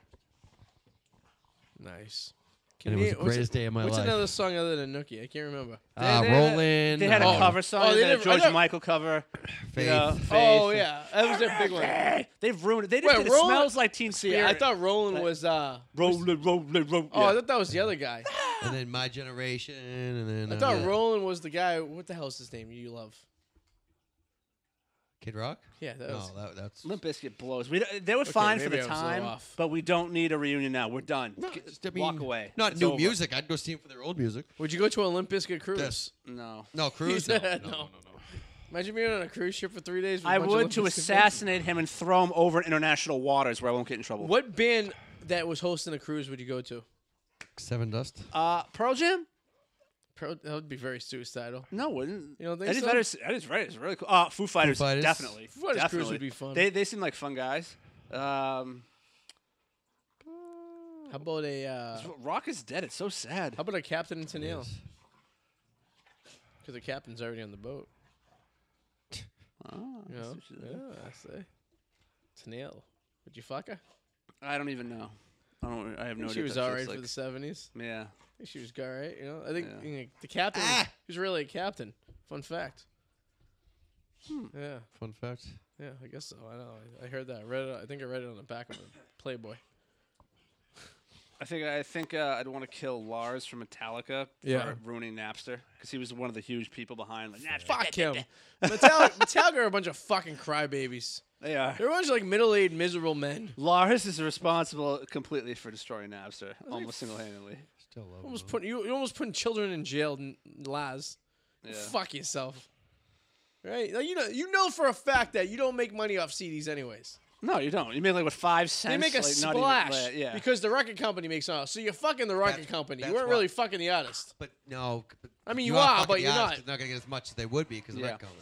B: Durst.
A: Nice.
B: And it was the
A: what's
B: greatest day of my
A: what's
B: life.
A: another song other than Nookie? I can't remember.
B: Uh,
C: they-
B: rolling.
C: they had a
A: Oh.
B: uh,
C: cover song.
A: Oh,
C: they
A: they
C: had a
A: never- I
C: George
A: know-
C: Michael cover.
B: Faith.
C: know,
A: Oh
C: Faith.
A: yeah, that was their big one.
C: They've ruined it. They
A: Wait,
C: did it.
A: Roland-
C: smells like Teen Spirit.
A: Yeah, I thought Roland was. uh
C: roll it, roll it, roll it.
A: Oh, I thought that was the other guy.
B: and then my generation, and then
A: I
B: uh,
A: thought Roland was the guy. What the hell is his name? You love?
B: Kid Rock.
A: Yeah, that
B: no,
A: was.
B: that, that's
C: Limp Bizkit blows. We, don't- they were fine for
A: maybe
C: the
A: I was a little
C: time,
A: off.
C: but we don't need a reunion now. We're done.
B: No,
C: G-
B: just, I
C: Walk
B: mean,
C: away.
B: Not
C: It's
B: new
C: over.
B: music. I'd go see him for their old music.
A: Would you go to Olympus get cruise? *laughs*
B: Yes.
C: No. *laughs*
B: No, cruise. no,
A: said
B: no,
A: no.
B: no, no, no.
A: Imagine being on a cruise ship for three days. With a
C: I
A: bunch of
C: would to
A: Olympus conventions.
C: assassinate him and throw him over international waters where I won't get in trouble.
A: What band that was hosting a cruise would you go to?
B: Seven Dust.
C: Uh, Pearl Jam?
A: Pro- that would be very suicidal.
C: No, wouldn't.
A: You don't think
C: that is
A: so?
C: That is, that is right. It's really cool. Uh, Foo Fighters,
B: Fighters.
C: definitely.
A: Foo Fighters cruise
C: definitely.
A: would be fun.
C: They, they seem like fun guys. Um,
A: How about a uh, how
C: rock is dead. It's so sad.
A: about a captain and Tennille?
B: Yes.
A: Because the captain's already on the boat. You know? Yeah, I say. Tennille. Would you fuck her?
C: I don't even know. I don't. I have no idea.
A: she
C: what
A: was
C: that
A: all
C: shit's
A: right
C: like.
A: for the seventies.
C: Yeah.
A: I think she was all right. You know, I think
C: Yeah.
A: you know, the captain was-
B: Ah!
A: he was really a captain. Fun fact. Yeah,
B: Fun fact.
A: yeah, I guess so. I know. I, I heard that. I read it. I think I read it on the back of a Playboy.
C: I think I think uh, I'd want to kill Lars from Metallica
A: Yeah.
C: for ruining Napster because he was one of the huge people behind like Napster.
A: Fuck him. Metallica, Metallica are a bunch of fucking crybabies.
C: They are.
A: They're a bunch of like middle-aged miserable men.
C: Lars is responsible completely for destroying Napster almost single-handedly.
B: Still love
A: Almost
B: him.
A: putting you, you almost putting children in jail, n- Laz.
C: Yeah.
A: Fuck yourself. Right? Like, you know, you know for a fact that you don't make money off CDs anyways.
C: No, you don't. You make like what five cents.
A: They make a
C: like, not even-
A: splash
C: like, yeah.
A: because the record company makes off. So you're fucking the record
B: That's-
A: company.
B: that's
A: you weren't
B: why-
A: really fucking the artist.
B: But no. But
A: I mean, you are,
B: fucking
A: but you're
B: the artist,
A: not.
B: 'cause They're not gonna get as much as they would be because
C: Yeah.
B: of that coming.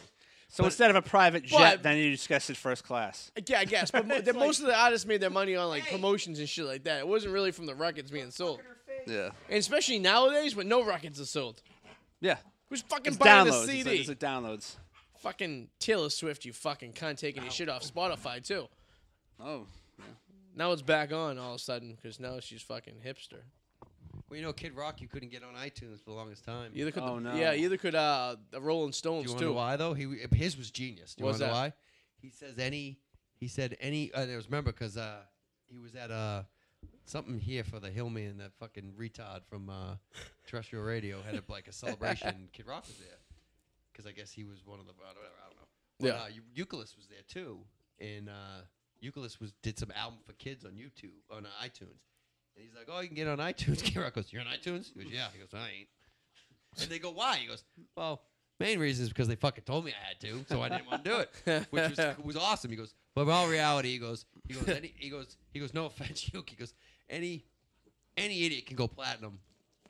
C: so instead of a private jet,
A: But-
C: then you just guess it first class.
A: Yeah, I guess.
C: *laughs*
A: But mo- the- most of the artists made their money on like promotions and shit like that. It wasn't really from the records being sold,
C: Yeah.
A: and especially nowadays when no records are sold.
C: Yeah.
A: Who's fucking
C: It's
A: buying the
C: downloads.
A: CD?
C: It's like, it's like downloads.
A: fucking Taylor Swift, you fucking cunt, taking your shit off Spotify too.
C: Oh.
A: Now it's back on all of a sudden because now she's fucking hipster.
B: Well, you know, Kid Rock, you couldn't get on iTunes for the longest time.
A: Either could,
C: Oh,
A: the,
C: no.
A: yeah, either could uh the Rolling
B: Do
A: Stones
B: you want to know
A: too.
B: why though? He his was genius. Do you
A: What was
B: want to know
A: that?
B: why? He says any. He said any. Uh, there was remember because uh, he was at uh something here for the Hillman that fucking retard from uh, terrestrial radio had a, like a
A: *laughs*
B: celebration. and Kid Rock was there because I guess he was one of the whatever. I don't know. But,
A: Yeah.
B: Uh, Eu- Euclid was there too, and uh, Euclid was did some album for kids on YouTube on uh, iTunes. And he's like, "Oh, you can get on iTunes." *laughs* Kid Rock goes, "You're on iTunes?" He goes, "Yeah." He goes, "I ain't." And they go, why? He goes, well, main reason is because they fucking told me I had to, so I didn't want to do it, which
A: *laughs*
B: was, was awesome. He goes, but in all reality, he goes, he goes, any, he goes, he goes, no offense, *laughs* Yuke. He goes, any, any idiot can go platinum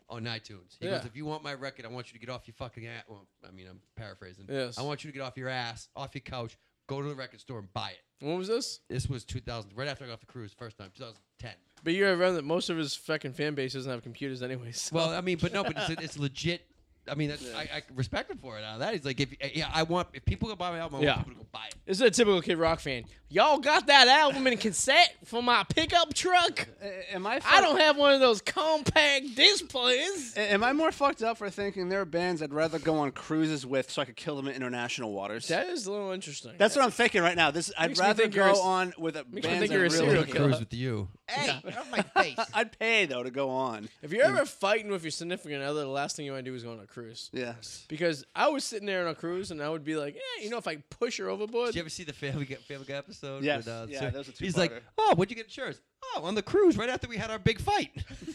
B: on iTunes. He
A: Yeah.
B: goes, if you want my record, I want you to get off your fucking ass. Well, I mean, I'm paraphrasing.
A: Yes.
B: I want you to get off your ass, off your couch, go to the record store and buy it.
A: What was this?
B: This was 2000, right after I got off the cruise, first time, 2010.
A: But you remember that most of his fucking fan base doesn't have computers *laughs* anyways.
B: Well, I mean, but no, but
C: *laughs*
B: it's, it's legit. I mean, that's, I, I respect him for it. Out of that, he's like, if yeah, I want if people go buy my album, I
A: Yeah.
B: want people to go buy it.
A: This is a typical Kid Rock fan. Y'all got that album in cassette for my pickup truck?
C: A- Am I?
A: I don't have one of those compact disc players.
C: A- Am I more fucked up for thinking there are bands I'd rather go on cruises with so I could kill them in international waters?
A: That is a little interesting.
C: That's what I'm thinking right now. This I'd
A: Makes me
C: rather
A: think you're a
C: go
A: s-
C: on with a
A: me
C: band.
A: think you're a
B: I
A: Serial
B: wanna
A: killer.
B: cruise with you.
A: Hey,
B: get off my face.
C: I'd pay though to go on.
A: if you're ever fighting with your significant other, the last thing you want to do is go on a cruise.
C: Yeah.
A: Because I was sitting there on a cruise and I would be like, yeah, you know, if I push her overboard,
B: *laughs* Did
A: *laughs*
B: you ever see the Family Guy, Family Guy episode?
C: Yes,
B: with, uh,
C: yeah,
B: Sir-
C: that was a
B: He's like,
C: two-parter.
B: oh, where'd you get insurance? Oh, on the cruise right after we had our big
C: *laughs*
B: fight.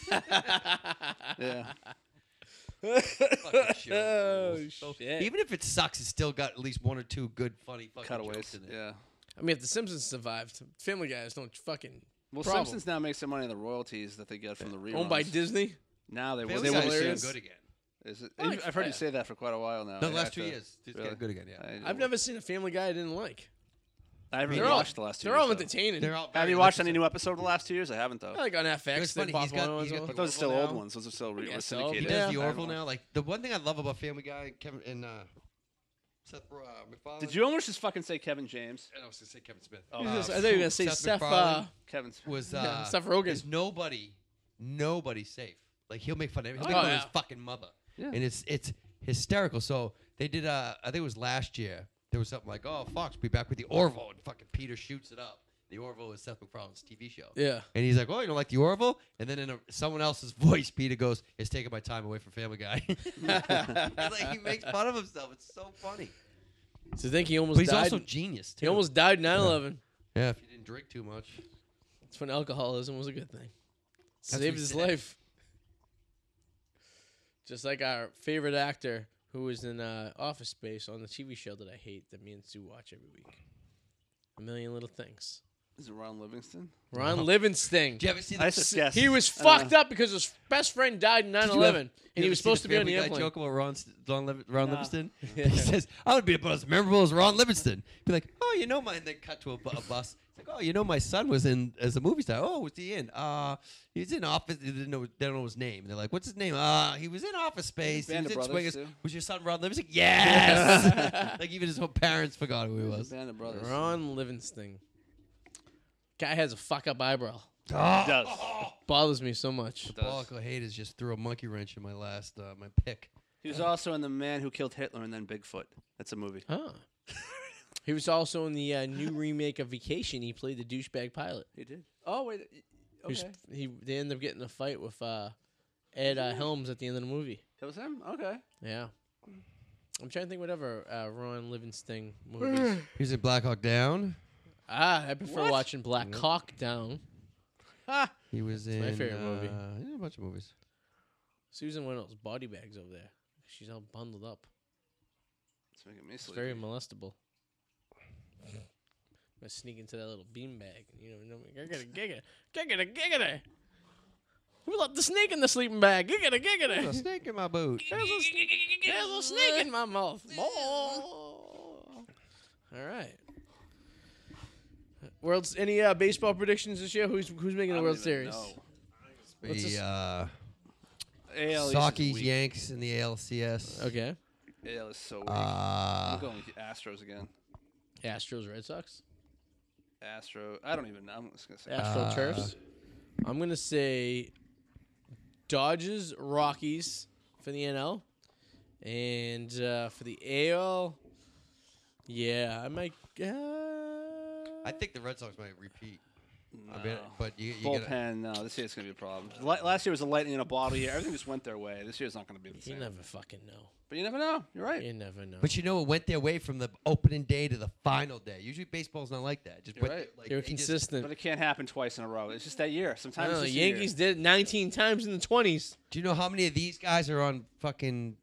A: *laughs*
C: Yeah.
B: Fucking shit.
A: Oh,
B: So,
A: shit.
B: Even if it sucks, it's still got at least one or two good, funny fucking jokes
C: Cutaways.
B: in it.
C: Yeah.
A: I mean, if The Simpsons survived, Family Guys don't fucking.
C: Well,
A: problem.
C: Simpsons now makes some money on the royalties that they get from the reruns.
A: Owned by Disney?
C: Now they
B: Family
C: they
B: Guy's
C: will
B: getting
A: hilarious.
B: good again.
C: Is it,
A: Oh,
C: I've I've heard
A: yeah.
C: you say that for quite a while now.
B: No,
C: I
B: the last
C: have
B: two
C: to-
B: years, it's
C: really?
B: getting good again. Yeah.
C: I-
A: I've never seen a Family Guy I didn't like.
C: I haven't
B: They're
C: really
A: all-
C: watched the last two.
A: They're
C: years,
A: all
C: though.
A: entertaining.
B: They're all
C: Have
B: very
C: you watched
B: listen-
C: any new episode of the last two years? I haven't though.
A: I like on FX,
B: It's
A: the
B: funny, he's
A: Impossible
B: got-
A: Ones
B: he's got
A: one.
B: the-
C: Those are still
B: Orville
C: old
B: now?
C: ones. Those are still re-
A: guess so.
B: He
C: syndicated.
A: Yeah.
B: does the
C: I haven't
B: Orville
C: watched-
B: now. Like the one thing I love about Family Guy and Kevin and uh, Seth uh, MacFarlane.
C: Did you Oh, almost just fucking say Kevin James?
B: And I was gonna say Kevin Smith.
A: He's just- I thought you were gonna say Seth. uh,
B: MacFarlane
C: Kevin.
B: was
A: yeah,
B: uh,
A: Seth Rogen.
B: Is nobody, nobody safe. Like he'll make fun of. He'll
A: Oh,
B: make fun of
A: yeah.
B: his fucking mother.
C: Yeah.
B: And it's it's hysterical. So they did. Uh, I think it was last year. There was something like, "Oh, Fox, be back with the Orville," and fucking Peter shoots it up. The Orville is Seth MacFarlane's TV show.
A: yeah.
B: And he's like, "Oh, you don't like the Orville?" And then in a, someone else's *laughs* voice, Peter goes, "It's taking my time away from Family Guy." *laughs* It's like he makes fun of himself. It's so funny.
A: *laughs* So think he almost
B: But he's
A: died.
B: also genius too.
A: he almost died 9/11.
B: yeah. If you didn't drink too much,
A: That's when alcoholism was a good thing.
B: what
A: Saved
B: he
A: his
B: said.
A: life. Just like our favorite actor who was in uh, Office Space on the TV show that I hate that me and Sue watch every week. A million little things.
C: Is it Ron Livingston?
B: *laughs*
A: Ron Livingston.
B: did you ever see? The,
C: I just guess.
A: He was
C: I don't
A: fucked
C: know.
A: up because his best friend died in 9
B: you ever-
A: 11 and he was supposed to be on the
B: Guy
A: airplane.
B: joke about Ron, S- Ron, Liv- Ron
A: *laughs*
C: Nah.
B: Livingston. *laughs* He says, "I would be about as memorable as Ron Livingston." Be like, "Oh, you know my." And then cut to a, bu- a bus. It's like, "Oh, you know my son was in as a movie star. Oh, was he in? Uh, he's in Office. They didn't know. They don't know his name. They're like, "What's his name? Uh, he was in Office Space. He
C: Band
B: was
C: of
B: in
C: Brothers,
B: Swingers.
C: too.
B: Was your son Ron Livingston? Yes. *laughs* like even his own parents forgot who he was.
C: Band of Brothers.
A: Ron Livingston. Guy has a fuck up eyebrow.
B: Oh,
C: *laughs* Does.
A: Bothers me so much.
B: Diabolical haters just threw a monkey wrench in my last uh, my pick.
C: He was also in The Man Who Killed Hitler and then Bigfoot. That's a movie.
A: Huh. *laughs* he was also in the uh, new remake of Vacation. He played the douchebag pilot.
C: He did. Oh wait. y-
A: He, was,
C: Okay.
A: he they end up getting in a fight with uh, Ed
C: Hmm.
A: uh, Helms at the end of the movie.
C: That was him. Okay.
A: Yeah. I'm trying to think whatever uh, Ron
C: *sighs*
A: Livingston movies.
B: He was in Black Hawk Down.
A: ah, I prefer
C: What?
A: watching Black Cock Down.
C: Ah.
B: He was in
A: my favorite movie.
B: uh, he did a bunch of movies.
A: Susan went those body bags over there. She's all bundled up.
C: It's making me
A: It's
C: sleepy.
A: very molestable. I'm gonna sneak into that little beanbag. You know, no, *laughs* giggity, giggity, giggity, giggity. We left the snake in the sleeping bag. Giggity,
B: There's a
A: giggity.
B: snake in my boot.
A: There's a, sn- there's a snake in my mouth. All right. World's any uh, baseball predictions this year? Who's who's making the World Series? What's this-
B: The uh,
C: AL
B: Sockies,
C: is weak.
B: Yanks, in the ALCS.
A: Okay.
C: AL is so weak.
B: Uh,
C: I'm going with the Astros again.
A: Astros, Red Sox,
C: Astro. I don't even. know. I'm just gonna say.
A: Astro
B: Uh,
A: Turfs. I'm gonna say Dodgers, Rockies for the NL, and uh, for the AL. Yeah, I might. Uh,
B: I think the Red Sox might repeat. I bet,
C: No.
B: but you, you gotta,
C: Bullpen, no. This year's gonna be a problem. La- Last year was a lightning in a bottle year. Everything just went their way. This year's not gonna be the
A: you
C: same.
A: never fucking know.
C: But you never know. You're right.
A: You never know.
B: but you know it went their way from the opening day to the final day. Usually baseball's not like that. Just
C: You're
B: went-
C: right.
B: like,
A: they were
B: they just-
A: consistent.
C: But it can't happen twice in a row. It's just that year.
A: I
C: Sometimes
A: don't know,
C: it's
A: the
C: just a year.
A: Yankees did it 19 times in the 20s.
B: do you know how many of these guys are on fucking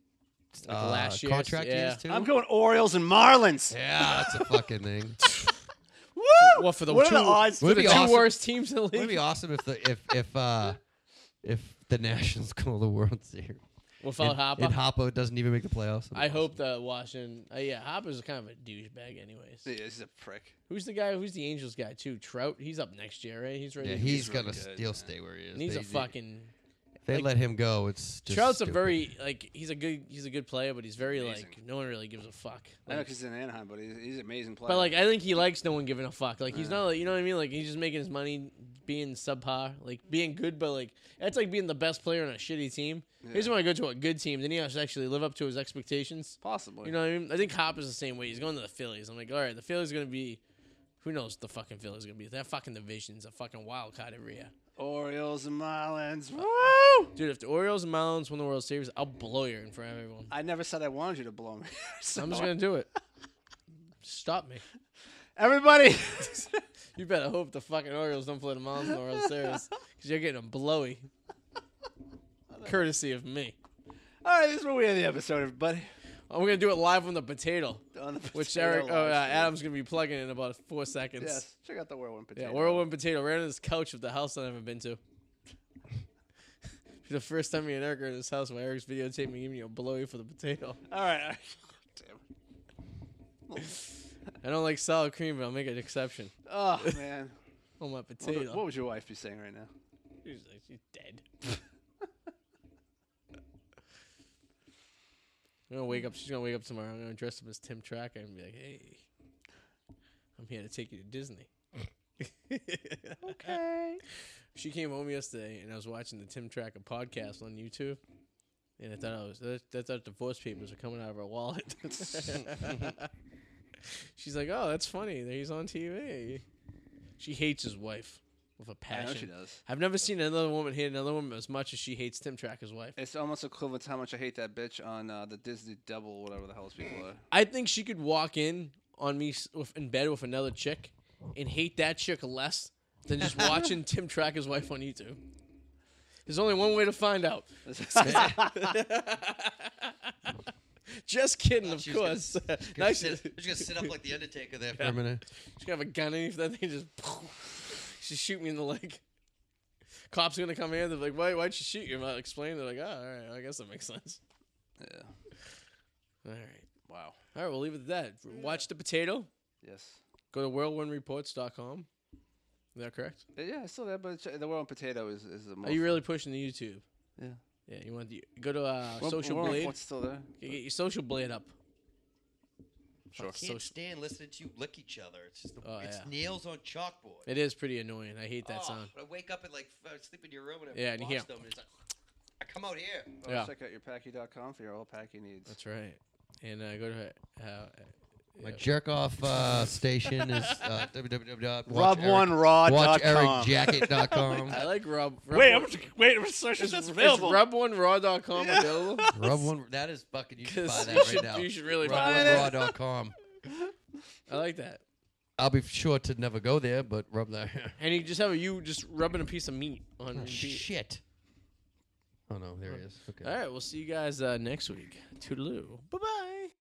A: Like
B: uh,
A: last year's,
B: contract
A: yeah.
B: years too?
C: I'm going Orioles and Marlins.
B: yeah, that's a fucking
A: *laughs*
B: thing.
C: Woo!
A: Well, for the
C: what
A: two,
C: are the odds?
A: for
B: Would
A: the
B: it be
A: two
B: awesome-
A: worst teams in the
B: It'd be
A: league.
B: awesome if the if if uh, if the Nationals *laughs* go to the World Series.
A: Without
B: and,
A: Hopper.
B: and Hoppo doesn't even make the playoffs.
A: I hope that Washington. Uh, yeah, Hopper's kind of a douchebag, anyways.
C: Yeah, he's a prick.
A: Who's the guy? Who's the Angels guy too? Trout. He's up next year, right? He's ready.
B: Yeah,
A: to-
B: he's,
C: he's really
B: gonna
C: good,
B: still
C: yeah.
B: stay where he is.
A: and he's
B: They-
A: a
B: they-
A: fucking
B: They
A: Like,
B: let him go. It's just
A: Trout's a
B: stupid. *laughs*
A: very like he's a good he's a good player, but he's very
C: Amazing.
A: like no one really gives a fuck.
C: I know
A: Like,
C: 'cause he's in Anaheim, but he's, he's an amazing player.
A: but like I think he likes no one giving a fuck. Like he's
C: Yeah.
A: not like you know what I mean. Like he's just making his money being subpar, like being good, but like that's like being the best player on a shitty team. He doesn't
C: Yeah.
A: want to go to a good team. Then he has to actually live up to his expectations.
C: possibly.
A: You know what I mean? I think Hopper's the same way. He's going to the Phillies. I'm like, all right, the Phillies are gonna be. Who knows what the fucking Phillies are gonna be? That fucking division's a fucking wild card every year.
C: Orioles and Marlins.
A: Dude, if the Orioles and Marlins win the World Series, I'll blow your in front of everyone.
C: I never said I wanted you to blow me. *laughs*
A: *laughs*
C: So
A: I'm just gonna do it. Stop me.
C: Everybody. *laughs*
A: You better hope the fucking Orioles don't play the Marlins in the World Series because you're getting a
C: *laughs*
A: blowy. Courtesy of me.
C: All right, this is where we end the episode, everybody.
A: I'm gonna do it live on the potato,
C: On the
A: which
C: potato
A: Eric, oh, uh,
C: live stream.
A: Adam's gonna be plugging in about four seconds.
C: Yes, check out the whirlwind potato.
A: Yeah, whirlwind potato right on this couch of the house that I've never been to. *laughs* the first time me and Eric are in this house, my Eric's videotaped me giving you a blowy for the potato.
C: All right. *laughs* All right. Damn it.
A: I don't like sour cream, but I'll make an exception. *laughs*
C: Oh man,
A: Oh my
C: what,
A: potato.
C: would- what would your wife be saying right now?
A: She's, like, she's dead. *laughs* I'm gonna wake up. She's gonna wake up tomorrow. I'm gonna dress up as Tim Tracker and be like, "Hey, I'm here to take you to Disney." *laughs* okay. She came home yesterday, and I was watching the Tim Tracker podcast on YouTube, and I thought I was I thought divorce papers were coming out of her wallet. *laughs* She's like, "Oh, that's funny. that He's on TV." She hates his wife with a
C: I
A: passion.
C: know she does.
A: I've never seen another woman hate another woman as much as she hates Tim Tracker's wife.
C: It's almost equivalent to how much I hate that bitch on uh, the Disney Devil, whatever the hell those
A: *laughs*
C: people are.
A: I think she could walk in on me s- with, in bed with another chick and hate that chick less than
B: *laughs*
A: just watching Tim Tracker's wife on YouTube. There's only one way to find
B: *laughs*
A: out. *laughs* Just kidding, of
B: She's gonna-
A: course.
B: She's gonna
A: *laughs* Nice.
B: sit-
A: She's
B: she's gonna sit up like the Undertaker there for
A: *laughs*
B: a minute.
A: gonna have a gun underneath that thing. Just *laughs* she shoot me in the leg. Cops are gonna come in. They're like, "Why? Why'd she shoot you?" And I explain. They're like, "Oh, all right. I guess that makes sense."
C: yeah.
A: All right.
C: Wow.
A: All right. We'll leave it at that. Watch the potato.
C: Yes.
A: Go to whirlwindreports.com. Is that correct?
C: Uh, Yeah, I still there, but it's- the world potato is is the most.
A: Are you really pushing the YouTube?
C: Yeah.
A: Yeah, you want the go to uh,
C: World-
A: Social
C: World
A: Blade.
C: Report's still there.
A: Get, get your Social Blade up.
B: I can't
A: Social-
B: stand listening to you lick each other. It's just the,
A: Oh,
B: it's
A: yeah.
B: nails on chalkboard.
A: It is pretty annoying. I hate that
B: Oh,
A: sound.
B: when I wake up and like f- sleep in your room and I
A: Yeah, and you
B: watch
A: hear-
B: them. And it's like, I come out here.
C: Oh,
A: Yeah.
C: Check out your packy.com for your all packy needs.
A: That's right. And uh, go to uh, uh,
B: My
A: Yeah.
B: jerk off uh, station is uh, *laughs* www.
C: raw
A: *laughs*
B: RubOneRaw.com.
A: I like Rob. Rob
C: Wait,
A: One-
C: I'm wait, I'm searching
A: is,
C: that's
A: is
C: available.
A: Rub1Raw.com
C: Yeah.
A: available?
B: Rub one. That is fucking. You should buy
A: *laughs* 'Cause
B: that
A: you
B: right
A: should,
B: now.
A: you should really
C: Rub
A: buy
C: One
A: that.
C: Raw.
B: RubOneRaw.com.
A: I like that.
B: I'll be sure to never go there, but rub *laughs* there.
A: And you just have a, you just rubbing a piece of meat on.
B: Oh,
A: your feet.
B: shit. Oh no, there it is. Okay.
A: All right, we'll see you guys uh, next week. Toodaloo. Bye bye.